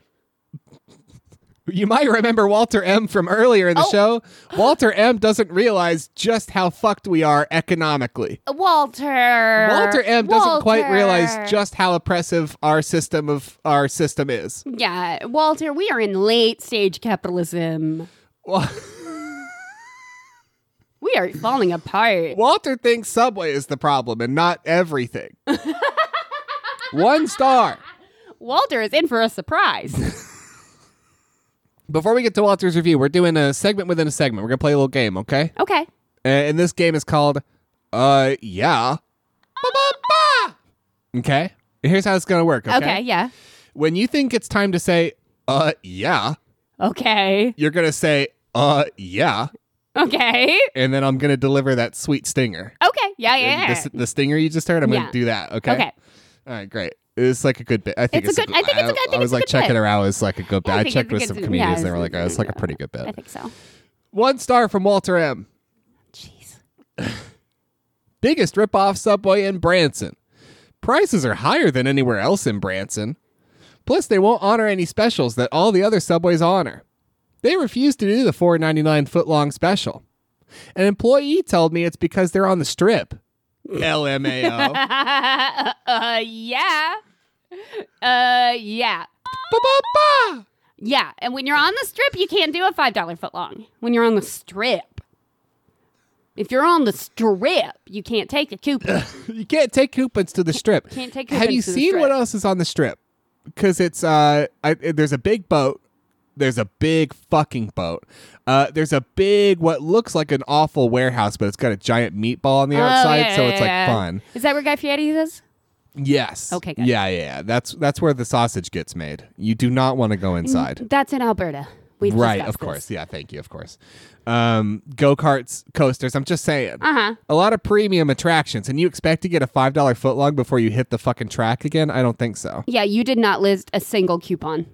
S1: You might remember Walter M from earlier in the
S2: Oh.
S1: show. Walter M doesn't realize just how fucked we are economically.
S2: Walter.
S1: Walter M doesn't quite
S2: Walter.
S1: realize just how oppressive our system of our system is.
S2: Yeah, Walter, we are in late stage capitalism.
S1: Wa- [LAUGHS]
S2: We are falling apart.
S1: Walter thinks Subway is the problem and not everything. One star.
S2: Walter is in for
S1: [LAUGHS]
S2: a surprise.
S1: Before we get to Walter's review, we're doing a segment within a segment. We're gonna play a little game, okay?
S2: okay.
S1: Uh, And this game is called, uh, yeah. Ba-ba-ba! Okay. Here's how it's gonna work. Okay?
S2: okay. Yeah.
S1: When you think it's time to say, uh, yeah,
S2: Okay.
S1: you're gonna say, uh, yeah,
S2: Okay.
S1: and then I'm gonna deliver that sweet stinger.
S2: Okay. Yeah. Yeah.
S1: the, the stinger you just heard. I'm
S2: Yeah.
S1: gonna do that. Okay.
S2: okay.
S1: All right. Great. It's like a good bit. I think it's,
S2: It's a good- I think it's a good- I think
S1: I was
S2: it's a
S1: like
S2: good
S1: checking
S2: bit.
S1: around. It's like a good bit.
S2: I
S1: I,
S2: think
S1: checked
S2: it's a
S1: with
S2: good-
S1: some
S2: yeah,
S1: comedians. and they
S2: it's-
S1: were like, oh, it's like a pretty good
S2: I
S1: bit.
S2: think so.
S1: One star from Walter M. [LAUGHS]
S2: Jeez.
S1: Biggest ripoff Subway in Branson. Prices are higher than anywhere else in Branson. Plus, they won't honor any specials that all the other Subways honor. They refuse to do the $4.99 foot long special. An employee told me it's because they're on the
S2: [LAUGHS]
S1: strip. LMAO.
S2: Uh, uh, yeah. Uh, yeah.
S1: Ba-ba-ba!
S2: Yeah. And when you're on the strip, you can't do a five dollar foot long. When you're on the strip. If you're on the strip, you can't take a coupon.
S1: You can't take coupons to the strip.
S2: [LAUGHS] Can't take
S1: Have
S2: coupons
S1: you
S2: to the
S1: seen
S2: strip.
S1: what else is on the strip? Because it's uh, I, there's a big boat. There's a big fucking boat. Uh, there's a big what looks like an awful warehouse, but it's got a giant meatball on the
S2: Oh,
S1: outside,
S2: yeah,
S1: so
S2: yeah,
S1: it's like
S2: yeah.
S1: fun.
S2: Is that where Guy Fieri is?
S1: Yes.
S2: Okay, good.
S1: Yeah, yeah, yeah. That's that's where the sausage gets made. You do not want to
S2: [LAUGHS]
S1: go inside.
S2: That's in Alberta. We've
S1: Right,
S2: discussed
S1: of course. Yeah, thank you, of course. Um, go karts, coasters. I'm just saying.
S2: Uh huh.
S1: a lot of premium attractions, and you expect to get a five dollar footlong before you hit the fucking track again? I don't think so.
S2: Yeah, you did not list a single coupon.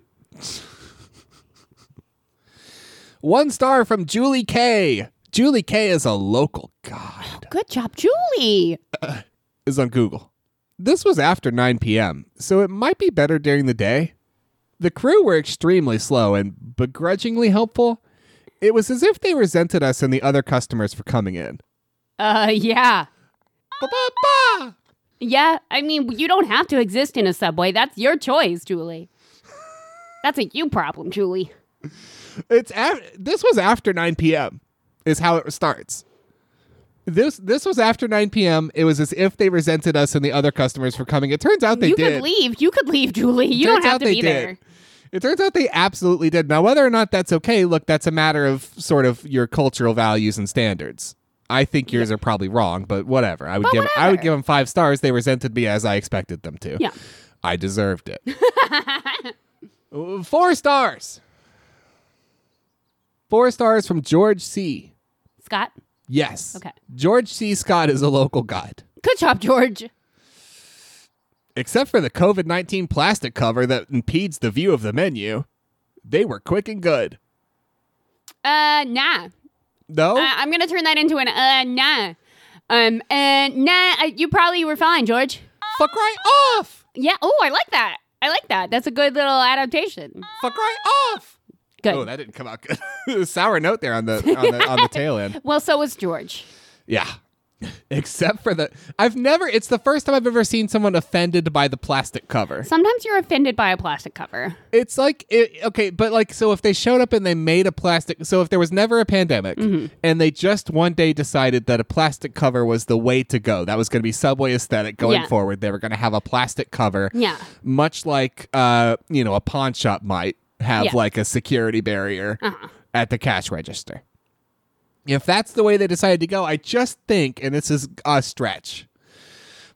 S1: One star from Julie K. Julie K is a local god.
S2: Good job, Julie.
S1: Is on Google. This was after 9 p.m., so it might be better during the day. The crew were extremely slow and begrudgingly helpful. It was as if they resented us and the other customers for coming in.
S2: Uh, [LAUGHS] yeah.
S1: Ba-ba-ba!
S2: Yeah, I mean, you don't have to exist in a subway. That's your choice, Julie. That's a you problem, Julie.
S1: It's af- this was after 9 p.m. is how it starts. This this was after 9 p.m. It was as if they resented us and the other customers for coming. It turns out they
S2: you
S1: did.
S2: could leave. You could leave, Julie. You
S1: Turns
S2: don't have
S1: out
S2: to
S1: they
S2: be
S1: did.
S2: there.
S1: It turns out they absolutely did. Now, whether or not that's okay, look, that's a matter of sort of your cultural values and standards. I think yours are probably wrong, but whatever. I would give I would
S2: whatever.
S1: give them five stars. They resented me as I expected them to.
S2: Yeah.
S1: I deserved it.
S2: [LAUGHS]
S1: Uh, Four stars. Four stars from George C.
S2: Scott,
S1: Yes.
S2: Okay.
S1: George C. Scott is a local god.
S2: good job, George.
S1: Except for the COVID 19 plastic cover that impedes the view of the menu, they were quick and good.
S2: Uh, nah.
S1: No?
S2: Uh, I'm gonna turn that into an uh nah. Um uh nah. I, you probably were fine, George.
S1: Fuck right off!
S2: Yeah. Oh, I like that. I like that. That's a good little adaptation.
S1: Fuck right off!
S2: Good.
S1: Oh, that didn't come out good. [LAUGHS] Sour note there on the on the, on the tail
S2: [LAUGHS]
S1: end.
S2: well, so was George.
S1: Yeah. Except for the, I've never. It's the first time I've ever seen someone offended by the plastic cover.
S2: Sometimes you're offended by a plastic cover.
S1: It's like it, okay, but like so if they showed up and they made a plastic so if there was never a pandemic
S2: Mm-hmm.
S1: and they just one day decided that a plastic cover was the way to go. That was going to be subway aesthetic going
S2: Yeah.
S1: forward. They were going to have a plastic cover.
S2: Yeah.
S1: Much like uh, you know, a pawn shop might have
S2: Yeah.
S1: like a security barrier
S2: Uh-huh.
S1: at the cash register. If that's the way they decided to go, I just think and this is a stretch.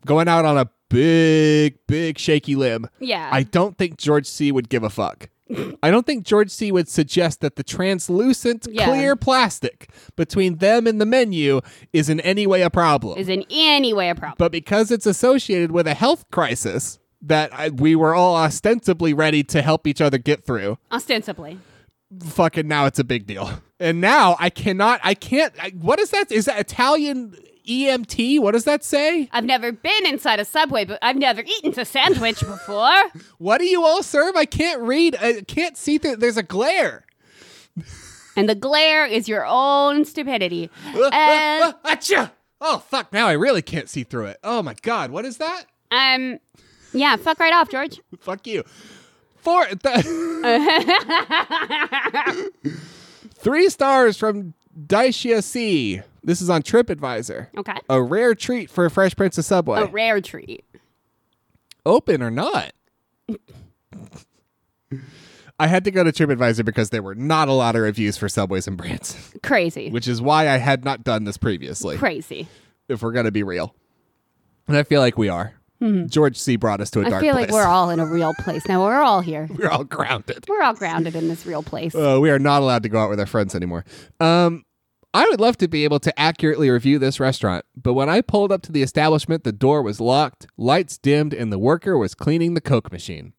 S1: Going out on a big big shaky limb.
S2: Yeah.
S1: I don't think George C would give a fuck. I don't think George C would suggest that the translucent
S2: Yeah.
S1: clear plastic between them and the menu is in any way a problem.
S2: is in any way a problem.
S1: but because it's associated with a health crisis that I, we were all ostensibly ready to help each other get through,
S2: Ostensibly.
S1: fucking now it's a big deal. And now I cannot, I can't, I, what is that? Is that Italian EMT? What does that say?
S2: I've never been inside a subway, but I've never eaten
S1: [LAUGHS]
S2: a sandwich before.
S1: What do you all serve? I can't read, I can't see through, there's a glare.
S2: And the glare is your
S1: [LAUGHS]
S2: own stupidity. Uh,
S1: Achoo! Oh fuck! Now I really can't see through it. Oh my god! What is that? [LAUGHS]
S2: um, yeah, fuck right off, George.
S1: Fuck you. Four. [LAUGHS] Th- Three stars from Daisha C. This is on TripAdvisor.
S2: Okay.
S1: A rare treat for a Fresh Prince of Subway.
S2: A rare treat.
S1: Open or not? [LAUGHS] I had to go to TripAdvisor because there were not a lot of reviews for Subways and Brands, [LAUGHS]
S2: Crazy.
S1: which is why I had not done this previously.
S2: Crazy.
S1: if we're gonna be real. And I feel like we are. George C brought us to a
S2: Mm-hmm. I
S1: dark
S2: feel
S1: place.
S2: like we're all in a real place now. We're all here.
S1: [LAUGHS] we're all grounded.
S2: We're all grounded in this real place.
S1: Uh, we are not allowed to go out with our friends anymore. Um, I would love to be able to accurately review this restaurant, but when I pulled up to the establishment, the door was locked, lights dimmed, and the worker was cleaning the Coke machine.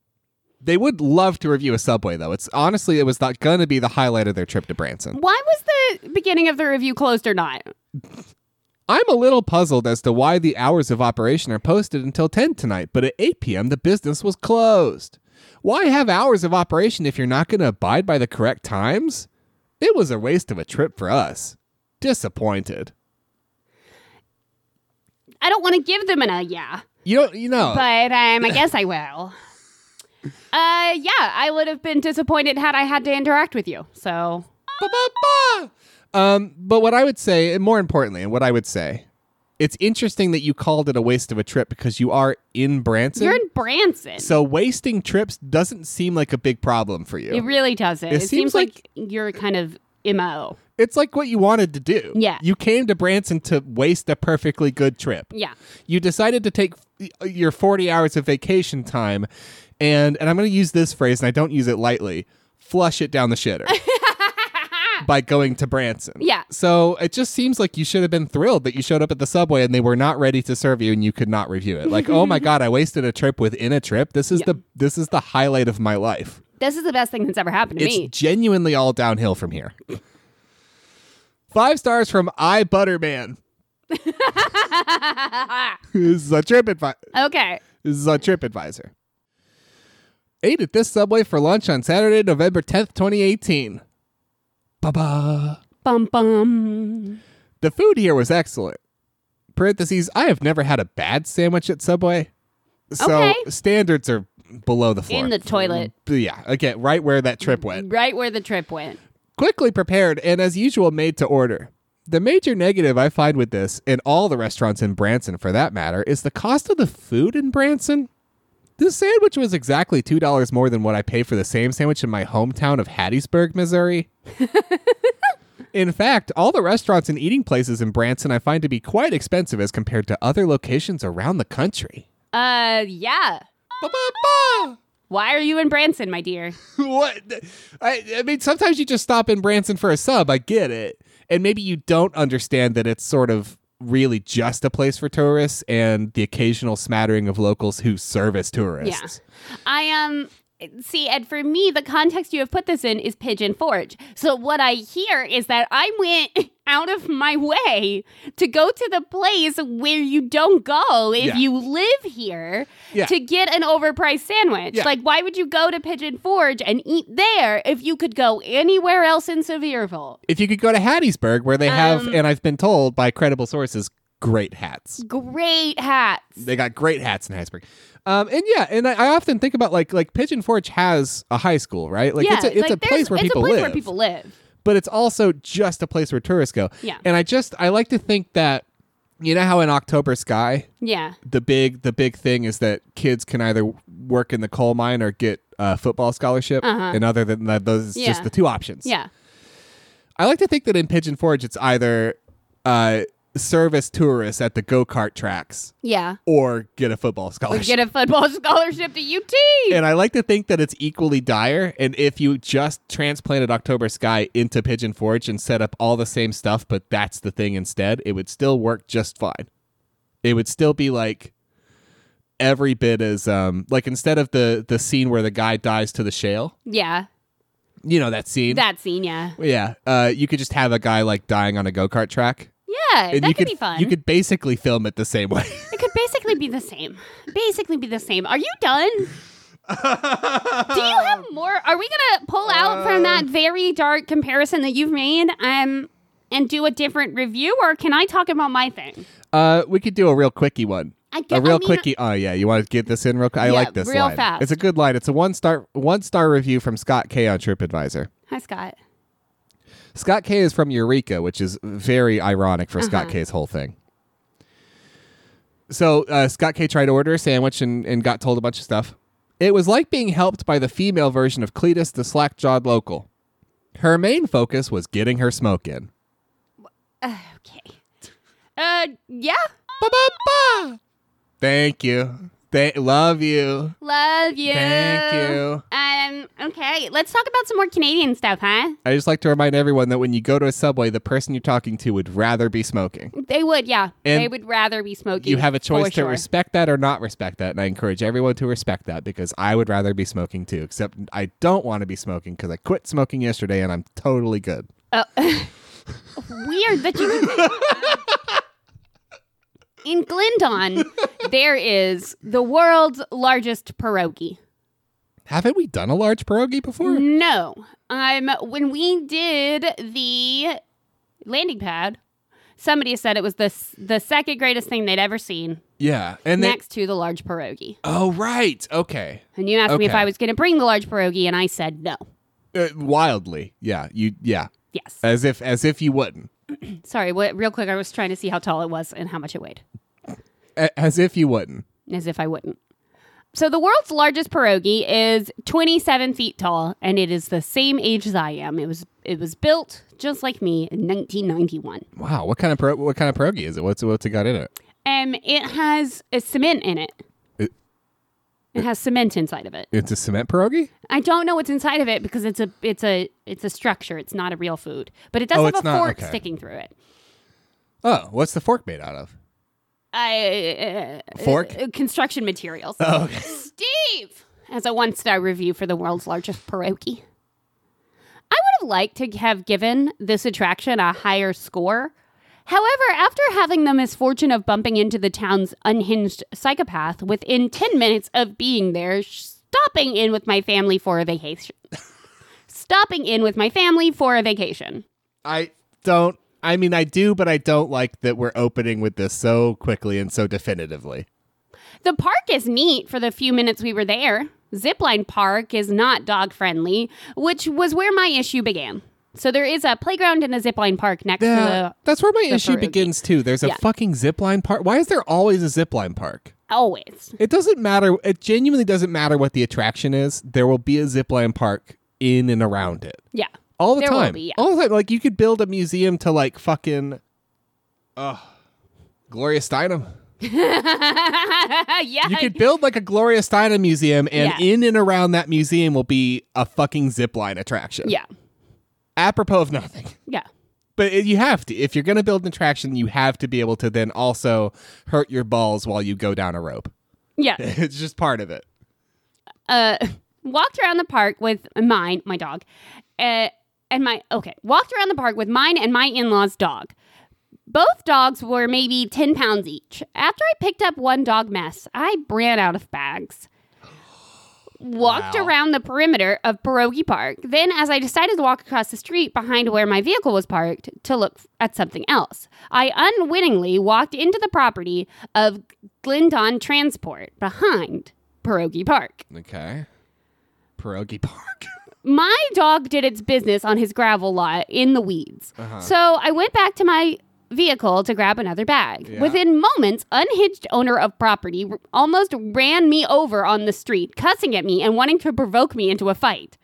S1: They would love to review a Subway, though. It's honestly, it was not going to be the highlight of their trip to Branson.
S2: Why was the beginning of the review closed or not?
S1: I'm a little puzzled as to why the hours of operation are posted until 10 tonight, but at 8 p.m. the business was closed. Why have hours of operation if you're not going to abide by the correct times? It was a waste of a trip for us. Disappointed.
S2: I don't want to give them an uh, yeah,
S1: You don't, you know,
S2: but um, I guess I will. Uh, yeah, I would have been disappointed had I had to interact with you. So
S1: Ba-ba-ba! Um, but what I would say, and more importantly, and what I would say, it's interesting that you called it a waste of a trip because you are in Branson.
S2: you're in Branson.
S1: so wasting trips doesn't seem like a big problem for you.
S2: It really doesn't. It,
S1: It
S2: seems,
S1: seems
S2: like, you're kind of mo.
S1: It's like what you wanted to do.
S2: Yeah.
S1: You came to Branson to waste a perfectly good trip.
S2: Yeah.
S1: You decided to take f- your 40 hours of vacation time and and I'm going to use this phrase and I don't use it lightly, flush it down the
S2: [LAUGHS]
S1: shitter. by going to Branson.
S2: Yeah.
S1: So it just seems like you should have been thrilled that you showed up at the subway and they were not ready to serve you and you could not review it. Like,
S2: [LAUGHS]
S1: "Oh my god, I wasted a trip within a trip. This is
S2: Yeah.
S1: the this is the highlight of my life."
S2: This is the best thing that's ever happened to
S1: It's
S2: me.
S1: genuinely all downhill from here. [LAUGHS] Five stars from I Butterman. [LAUGHS] this is a trip advi-
S2: [LAUGHS] okay.
S1: This is a trip advisor. Ate at this subway for lunch on Saturday, November tenth, twenty eighteen. Ba ba.
S2: Bum bum.
S1: The food here was excellent. Parentheses. I have never had a bad sandwich at Subway, so
S2: Okay.
S1: standards are below the floor.
S2: In the toilet.
S1: yeah, again, right where that trip went.
S2: Right where the trip went.
S1: quickly prepared and as usual made to order. The major negative I find with this, and all the restaurants in Branson for that matter, is the cost of the food in Branson. This sandwich was exactly two dollars more than what I pay for the same sandwich in my hometown of Hattiesburg, Missouri. in fact, all the restaurants and eating places in Branson I find to be quite expensive as compared to other locations around the country.
S2: Uh, yeah.
S1: Ba-ba-ba!
S2: Why are you in Branson, my dear?
S1: [LAUGHS] what? I, I mean, sometimes you just stop in Branson for a sub. I get it. And maybe you don't understand that it's sort of really just a place for tourists and the occasional smattering of locals who service tourists.
S2: I um see, and for me, the context you have put this in is Pigeon Forge. So what I hear is that I went [LAUGHS] out of my way to go to the place where you don't go if
S1: Yeah.
S2: you live here
S1: Yeah.
S2: to get an overpriced sandwich.
S1: Yeah.
S2: Like, why would you go to Pigeon Forge and eat there if you could go anywhere else in Sevierville?
S1: If you could go to Hattiesburg, where they have,
S2: Um,
S1: and I've been told by credible sources, great hats.
S2: Great hats.
S1: They got great hats in Hattiesburg. Um, and yeah, and I, I often think about like like Pigeon Forge has a high school, right? Like it's a, it's
S2: like,
S1: a
S2: there's-
S1: place where
S2: it's
S1: people
S2: a place
S1: live.
S2: where people live.
S1: but it's also just a place where tourists go.
S2: Yeah.
S1: And I just I like to think that you know how in October Sky
S2: Yeah.
S1: the big the big thing is that kids can either work in the coal mine or get a football scholarship,
S2: Uh-huh.
S1: and other than that, those it's just
S2: Yeah.
S1: the two options.
S2: Yeah.
S1: I like to think that in Pigeon Forge, it's either uh, service tourists at the go kart tracks
S2: Yeah.
S1: or get a football scholarship.
S2: Get a football [LAUGHS] scholarship to UT.
S1: and I like to think that it's equally dire. And if you just transplanted October Sky into Pigeon Forge and set up all the same stuff, but that's the thing instead, it would still work just fine. It would still be like every bit as um like instead of the the scene where the guy dies to the shale,
S2: Yeah.
S1: you know that scene.
S2: That scene, yeah.
S1: yeah, uh, you could just have a guy like dying on a go kart track,
S2: Yeah,
S1: and
S2: that
S1: you could
S2: could, be fun.
S1: you could basically film it the same way. [LAUGHS]
S2: it could basically be the same. Basically be the same. Are you
S1: [LAUGHS]
S2: done? Do you have more? Are we gonna pull out from
S1: Uh,
S2: that very dark comparison that you've made, um, and do a different review, or can I talk about my thing?
S1: Uh, we could do a real quickie one.
S2: I g-
S1: a
S2: I
S1: real
S2: mean-
S1: quickie. Oh yeah, you want to get this in real? quick? I
S2: Yeah,
S1: like this
S2: real
S1: line.
S2: fast.
S1: It's a good line. It's a one star one star review from Scott K on TripAdvisor.
S2: Hi, Scott.
S1: Scott K is from Eureka, which is very ironic for Scott
S2: Uh-huh.
S1: K's whole thing. So uh, Scott K tried to order a sandwich and, and got told a bunch of stuff. It was like being helped by the female version of Cletus, the slack jawed local. Her main focus was getting her smoke in.
S2: Okay. Uh, yeah.
S1: Ba-ba-ba! Thank you. Thank love you.
S2: Love you.
S1: Thank you.
S2: Um. Okay. Let's talk about some more Canadian stuff, huh?
S1: I just like to remind everyone that when you go to a subway, the person you're talking to would rather be smoking.
S2: They would, yeah.
S1: And
S2: they would rather be smoking.
S1: You have a choice
S2: for
S1: to
S2: sure.
S1: respect that or not respect that, and I encourage everyone to respect that because I would rather be smoking too. Except I don't want to be smoking because I quit smoking yesterday and I'm totally good.
S2: Uh, [LAUGHS] weird that you in Glendon there is the world's largest pierogi.
S1: Haven't we done a large pierogi before?
S2: Mm-hmm. No, um, when we did the landing pad, somebody said it was the s- the second greatest thing they'd ever seen,
S1: Yeah, and then
S2: next to the large pierogi.
S1: oh right, okay,
S2: And you asked me if
S1: Okay.
S2: I was going to bring the large pierogi, and I said no.
S1: uh, wildly, yeah, you yeah,
S2: Yes.
S1: as if as if you wouldn't,
S2: Sorry. What? Real quick, I was trying to see how tall it was and how much it weighed.
S1: A- as if you wouldn't.
S2: as if I wouldn't. So the world's largest pierogi is 27 feet tall, and it is the same age as I am. It was it was built just like me in 1991.
S1: Wow, what kind of piero- what kind of pierogi is it? What's what's it got in it?
S2: Um, it has a cement in it.
S1: It-
S2: It has cement inside of it.
S1: It's a cement pierogi.
S2: I don't know what's inside of it because it's a it's a it's a structure. It's not a real food, but it does
S1: Oh,
S2: have a
S1: it's not?
S2: fork
S1: Okay.
S2: sticking through it.
S1: Oh, what's the fork made out of?
S2: I uh,
S1: Fork?
S2: uh, construction materials.
S1: Oh, okay.
S2: Steve as a one star review for the world's largest pierogi. I would have liked to have given this attraction a higher score. However, after having the misfortune of bumping into the town's unhinged psychopath within 10 minutes of being there, stopping in with my family for a vacation. [LAUGHS] stopping in with my family for a vacation.
S1: I don't. I mean, I do, but I don't like that we're opening with this so quickly and so definitively.
S2: The park is neat for the few minutes we were there. Zipline Park is not dog friendly, which was where my issue began. So there is a playground and a zipline park next to
S1: that's where my issue
S2: pierogi.
S1: begins too. There's a
S2: Yeah.
S1: fucking zipline park. Why is there always a zipline park?
S2: the. Always.
S1: It doesn't matter. It genuinely doesn't matter what the attraction is. There will be a zipline park in and around it
S2: Yeah. [LAUGHS]
S1: all the
S2: There will
S1: time.
S2: be, yeah.
S1: All the time. Like you could build a museum to like fucking, uh, Gloria Steinem.
S2: yeah.
S1: You
S2: [LAUGHS]
S1: could build like a Gloria Steinem museum, and
S2: Yeah.
S1: in and around that museum will be a fucking zipline attraction.
S2: yeah.
S1: Apropos of nothing.
S2: Yeah.
S1: But it- you have to. If you're going to build an attraction, you have to be able to then also hurt your balls while you go down a rope. [LAUGHS]
S2: Yeah.
S1: It's just part of it.
S2: uh, [LAUGHS] walked around the park with mine, my dog, uh, and my okay, walked around the park with mine and my in-laws' dog. Both dogs were maybe ten pounds each. After I picked up one dog mess, I ran out of bags. Walked
S1: Wow.
S2: around the perimeter of Pierogi Park. Then, as I decided to walk across the street behind where my vehicle was parked to look at something else, I unwittingly walked into the property of Glendon Transport behind Pierogi Park.
S1: Okay. Pierogi Park. [LAUGHS]
S2: my dog did its business on his gravel lot in the weeds. So I went back to my vehicle to grab another bag.
S1: Yeah.
S2: Within moments, unhinged owner of property r- almost ran me over on the street, cussing at me and wanting to provoke me into a fight.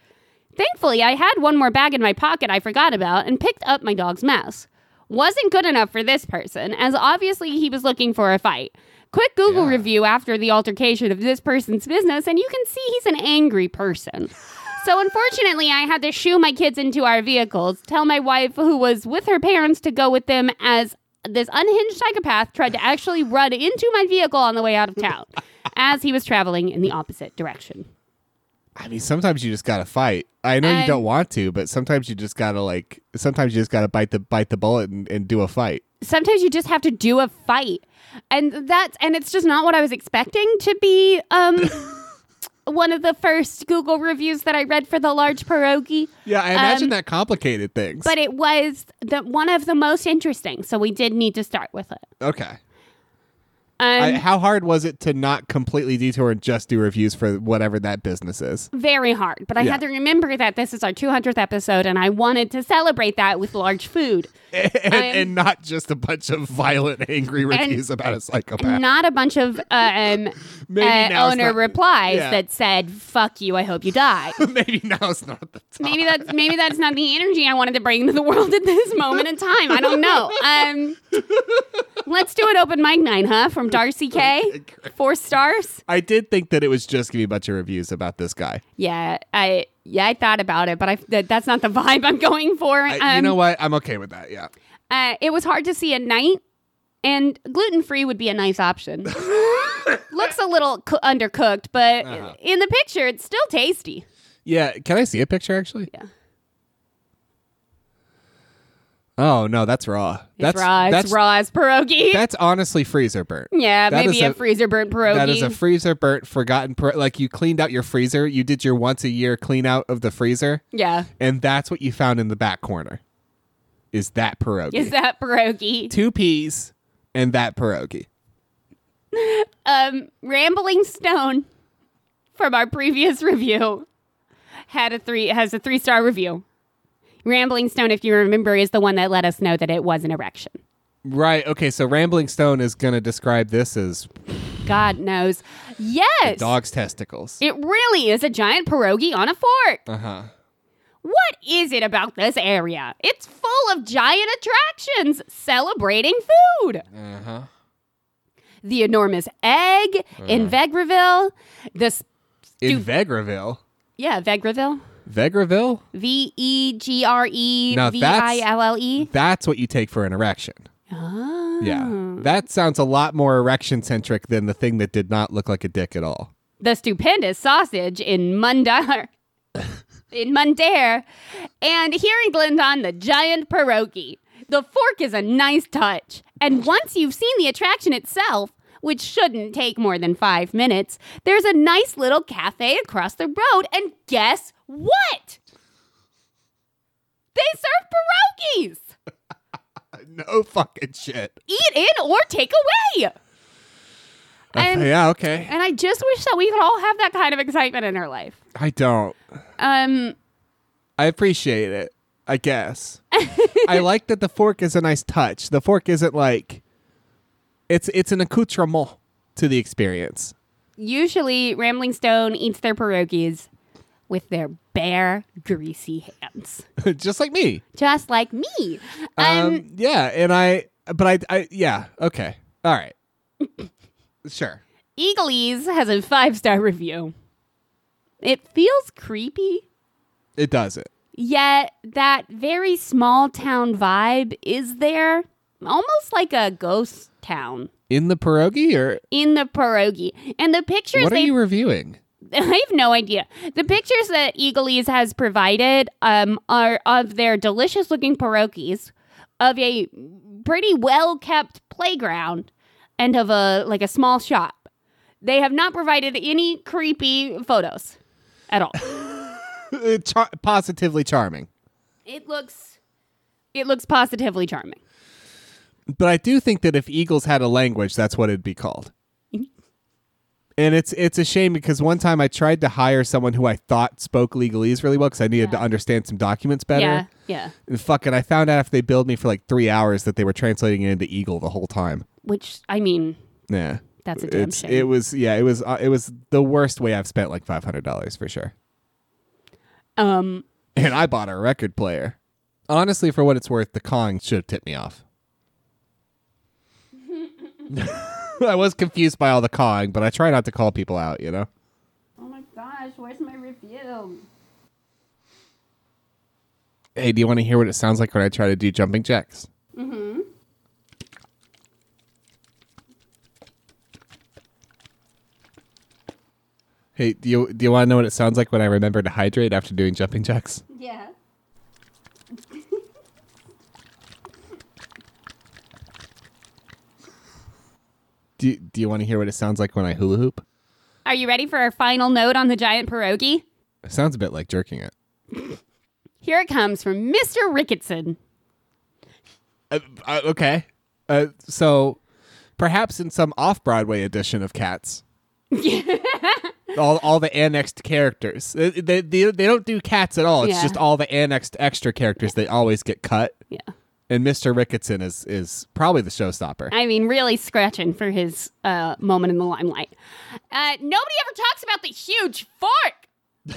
S2: Thankfully, I had one more bag in my pocket I forgot about and picked up my dog's mouse. Wasn't good enough for this person, as obviously he was looking for a fight. Quick Google
S1: Yeah.
S2: review after the altercation of this person's business, and you can see he's an angry person. So, unfortunately, I had to shoo my kids into our vehicles, tell my wife, who was with her parents, to go with them as this unhinged psychopath tried to actually run into my vehicle on the way out of town as he was traveling in the opposite direction.
S1: I mean, sometimes you just gotta fight. I know you
S2: I'm-
S1: don't want to, but sometimes you just gotta like. Sometimes you just gotta bite the bite the bullet and, and do a fight.
S2: sometimes you just have to do a fight and that's and it's just not what i was expecting to be um
S1: [LAUGHS]
S2: one of the first google reviews that i read for the large pierogi
S1: Yeah, I imagine
S2: Um,
S1: that complicated things.
S2: but it was the one of the most interesting so we did need to start with it
S1: okay. I,
S2: um,
S1: how hard was it to not completely detour and just do reviews for whatever that business is? [LAUGHS]
S2: very hard but i
S1: Yeah.
S2: had to remember that this is our 200th episode and i wanted to celebrate that with large food
S1: and,
S2: I'm-
S1: and not just a bunch of violent, angry reviews about a psychopath.
S2: not a bunch of um,
S1: [LAUGHS] Maybe
S2: uh,
S1: now it's
S2: owner
S1: not-
S2: replies
S1: yeah.
S2: that said fuck you i hope you die
S1: [LAUGHS] maybe now's not the time.
S2: maybe that's maybe that's not the energy I wanted to bring to the world at this moment in time. I don't know. Um, let's do it open mic night, huh? From Darcy K, four stars.
S1: I did think that it was just gonna be a bunch of reviews about this guy.
S2: Yeah, I yeah I thought about it, but I that, that's not the [LAUGHS] vibe I'm going for.
S1: I, you
S2: Um,
S1: know what? I'm okay with that. Yeah.
S2: uh, it was hard to see at night, and gluten free would be a
S1: [LAUGHS]
S2: nice option. Looks a little co- undercooked, but
S1: Uh-huh.
S2: in the picture, it's still tasty.
S1: Yeah. Can I see a picture actually?
S2: Yeah.
S1: Oh no, that's raw.
S2: It's
S1: that's
S2: raw. It's
S1: that's
S2: raw as pierogi.
S1: That's honestly freezer burnt.
S2: [LAUGHS] yeah,
S1: that is
S2: maybe a,
S1: a-
S2: freezer burnt pierogi.
S1: That is a freezer burnt, forgotten. Per- like you cleaned out your freezer. You did your once a year clean out of the freezer,
S2: yeah.
S1: and that's what you found in the back corner. Is that pierogi?
S2: Is that pierogi?
S1: two peas and that pierogi?
S2: Um, Rambling Stone from our previous review had a three has a three star review. Rambling Stone, if you remember, is the one that let us know that it was an erection.
S1: Right. Okay. So Rambling Stone is going to describe this as
S2: God knows. Yes.
S1: dog's testicles.
S2: It really is a giant pierogi on a fork.
S1: Uh huh.
S2: What is it about this area? It's full of giant attractions celebrating food.
S1: Uh huh.
S2: The enormous egg in Vegreville. This,
S1: In Vegreville.
S2: yeah, Vegreville.
S1: Vegreville.
S2: V E G R E
S1: Now
S2: V I
S1: that's-
S2: L L E.
S1: That's what you take for an erection.
S2: Ah.
S1: Yeah. That sounds a lot more erection centric than the thing that did not look like a dick at all.
S2: The stupendous sausage in Mundar. [LAUGHS] in Mundare. And here in Glendon, the giant pierogi. The fork is a nice touch. And once you've seen the attraction itself, which shouldn't take more than five minutes, there's a nice little cafe across the road. And guess what? They serve pierogies!
S1: No fucking shit.
S2: Eat in or take away! And-
S1: yeah. Okay.
S2: And I just wish that we could all have that kind of excitement in our life.
S1: I don't.
S2: Um,
S1: I appreciate it. I guess. I like that the fork is a nice touch. The fork isn't like. It's it's an accoutrement to the experience. [LAUGHS]
S2: Usually, Rambling Stone eats their pierogies with their bare, greasy hands,
S1: Just like me.
S2: just like me. Um,
S1: um yeah, and I but I I yeah, okay. All right. sure.
S2: Eagles has a five star review. It feels creepy,
S1: It does it.
S2: yet that very small town vibe is there, almost like a ghost town
S1: In the pierogi or
S2: in the pierogi. And the pictures
S1: what are
S2: they
S1: you reviewing?
S2: [LAUGHS] I have no idea. The pictures that Eagles has provided um, are of their delicious looking pierogies, of a pretty well kept playground, and of a like a small shop. They have not provided any creepy photos
S1: [LAUGHS]
S2: at all.
S1: Char- positively charming.
S2: it looks it looks positively charming.
S1: But I do think that if Eagles had a language, that's what it'd be called. and it's it's a shame because one time I tried to hire someone who I thought spoke legalese really well because I needed to understand some documents better.
S2: Yeah, yeah.
S1: And fucking, I found out after they billed me for like three hours that they were translating it into eagle the whole time.
S2: Which I mean,
S1: Yeah,
S2: That's a damn
S1: It's-
S2: shame.
S1: It was yeah, it was uh, it was the worst way I've spent like five hundred dollars for sure.
S2: um,
S1: And I bought a record player. Honestly, for what it's worth, the Kong should have tipped me off. [LAUGHS] I was confused by all the Kong, but I try not to call people out, you know?
S2: oh my gosh, where's my review?
S1: Hey, do you want to hear what it sounds like when I try to do jumping jacks? Mm-hmm. Hey, do you do you want to know what it sounds like when I remember to hydrate after doing jumping jacks?
S2: Yeah.
S1: Do Do you want to hear what it sounds like when I hula hoop?
S2: Are you ready for our final note on the giant pierogi?
S1: It sounds a bit like jerking it.
S2: Here it comes from Mr. Ricketson.
S1: Uh, uh, okay. Uh, so perhaps in some off Broadway edition of
S2: [LAUGHS]
S1: Cats. all, all the annexed characters. Uh, They, they, they don't do cats at all. It's
S2: Yeah.
S1: just all the annexed extra characters. They always get cut.
S2: Yeah.
S1: And Mr. Ricketson is, is probably the showstopper.
S2: I mean, really scratching for his uh, moment in the limelight. Uh, nobody ever talks about the huge fork.
S1: [LAUGHS]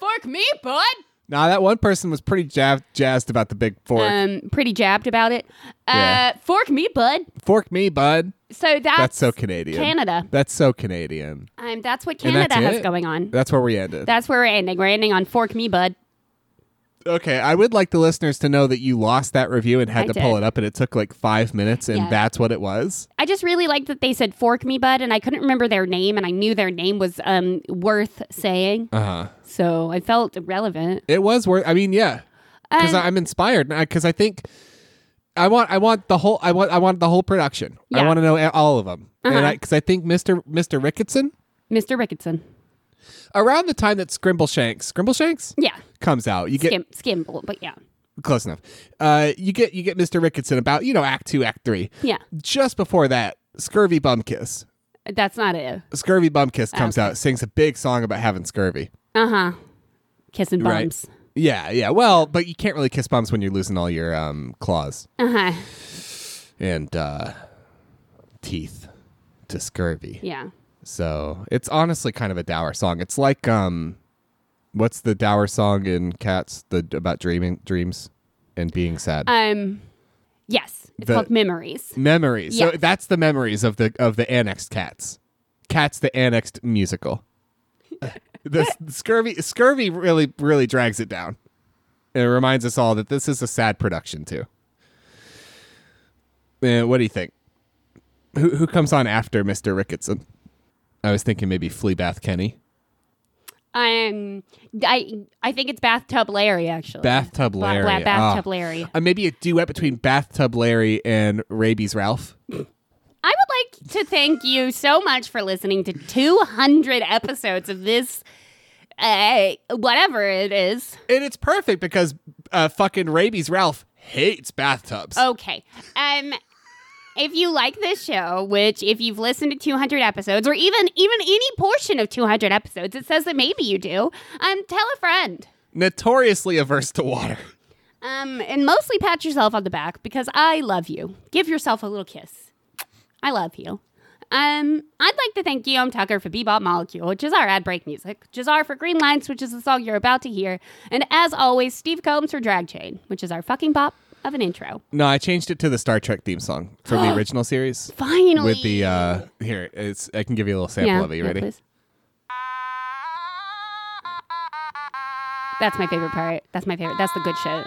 S2: fork me, bud.
S1: now, that one person was pretty jav- jazzed about the big fork.
S2: Um, pretty jabbed about it. Uh,
S1: Yeah.
S2: Fork me, bud.
S1: fork me, bud.
S2: So that's,
S1: That's so Canadian.
S2: Canada.
S1: That's so Canadian.
S2: Um, that's what
S1: And that's
S2: Canada has
S1: it.
S2: going on.
S1: That's where we ended.
S2: That's where we're ending. We're ending on fork me, bud.
S1: Okay, I would like the listeners to know that you lost that review and had
S2: I
S1: to pull
S2: did.
S1: it up, and it took like five minutes, and
S2: Yeah.
S1: that's what it was.
S2: I just really liked that they said fork me, bud, and I couldn't remember their name, and I knew their name was um, worth saying.
S1: Uh huh.
S2: So I felt relevant.
S1: It was worth. I mean, yeah, because
S2: Um,
S1: I'm inspired because I think I want I want the whole I want I want the whole production. I
S2: Yeah.
S1: want to know a- all of them,
S2: Uh-huh.
S1: and because I, think Mr. Mr. Ricketson
S2: Mr. Ricketson.
S1: around the time that Scrimbleshanks Scrimbleshanks
S2: Yeah.
S1: comes out, you get
S2: Skim, skim, but yeah.
S1: close enough. Uh, you get you get Mr. Ricketson about you know Act Two, Act Three.
S2: Yeah.
S1: Just before that, Scurvy Bumkiss.
S2: That's not it.
S1: Scurvy Bumkiss
S2: Ah,
S1: comes out, sings a big song about having scurvy.
S2: Uh huh. Kissing
S1: Right.
S2: bums. [LAUGHS]
S1: Yeah, yeah. Well, but you can't really kiss bums when you're losing all your um, claws
S2: Uh huh.
S1: and uh, teeth to scurvy.
S2: Yeah.
S1: So it's honestly kind of a dour song. It's like um, what's the dour song in Cats? The about dreaming dreams and being sad.
S2: Um. Yes. It's
S1: The-
S2: called memories.
S1: memories. So
S2: yes.
S1: that's the memories of the of the annexed cats. Cats the annexed musical. [LAUGHS] the s- scurvy scurvy really really drags it down. And it reminds us all that this is a sad production too. Uh, what do you think? Who who comes on after Mr. Ricketson? I was thinking maybe Fleabath Kenny.
S2: Um. I I think it's bathtub Larry actually.
S1: Bathtub
S2: Blah,
S1: Larry.
S2: blah, bathtub
S1: Ah.
S2: Larry.
S1: Uh, maybe a duet between Bathtub Larry and Rabies Ralph.
S2: I would like to thank you so much for listening to 200 episodes of this. Uh, whatever it is.
S1: And it's perfect because uh, fucking Rabies Ralph hates bathtubs.
S2: Okay. Um if you like this show, which if you've listened to 200 episodes or even even any portion of 200 episodes, it says that maybe you do. Um tell a friend.
S1: Notoriously averse to water.
S2: Um and mostly pat yourself on the back because I love you. Give yourself a little kiss. I love you. Um, I'd like to thank Guillaume Tucker for Bebop Molecule, which is our ad break music, Jazar for Green Lights, which is the song you're about to hear, and as always, Steve Combs for Drag Chain, which is our fucking bop of an intro.
S1: No, I changed it to the Star Trek theme song from
S2: [GASPS]
S1: the original series.
S2: Finally.
S1: With the uh here, it's I can give you a little sample of it. You ready?
S2: please. That's my favorite part. That's my favorite. That's the good shit.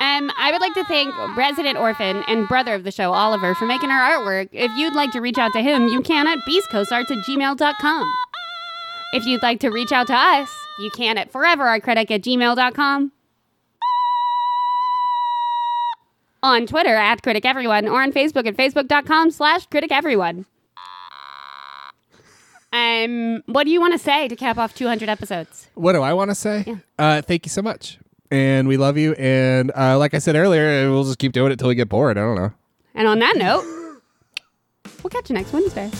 S2: Um, I would like to thank resident orphan and brother of the show, Oliver, for making our artwork. If you'd like to reach out to him, you can at beastcoastarts at gmail.com. If you'd like to reach out to us, you can at foreverartcritic at gmail.com. On Twitter at Critic Everyone or on Facebook at facebook.com slash Critic Everyone. Um, what do you want to say to cap off 200 episodes?
S1: What do I want to say? Uh, thank you so much, and we love you. And uh, like I said earlier, we'll just keep doing it till we get bored. I don't know.
S2: And on that note, we'll catch you next Wednesday.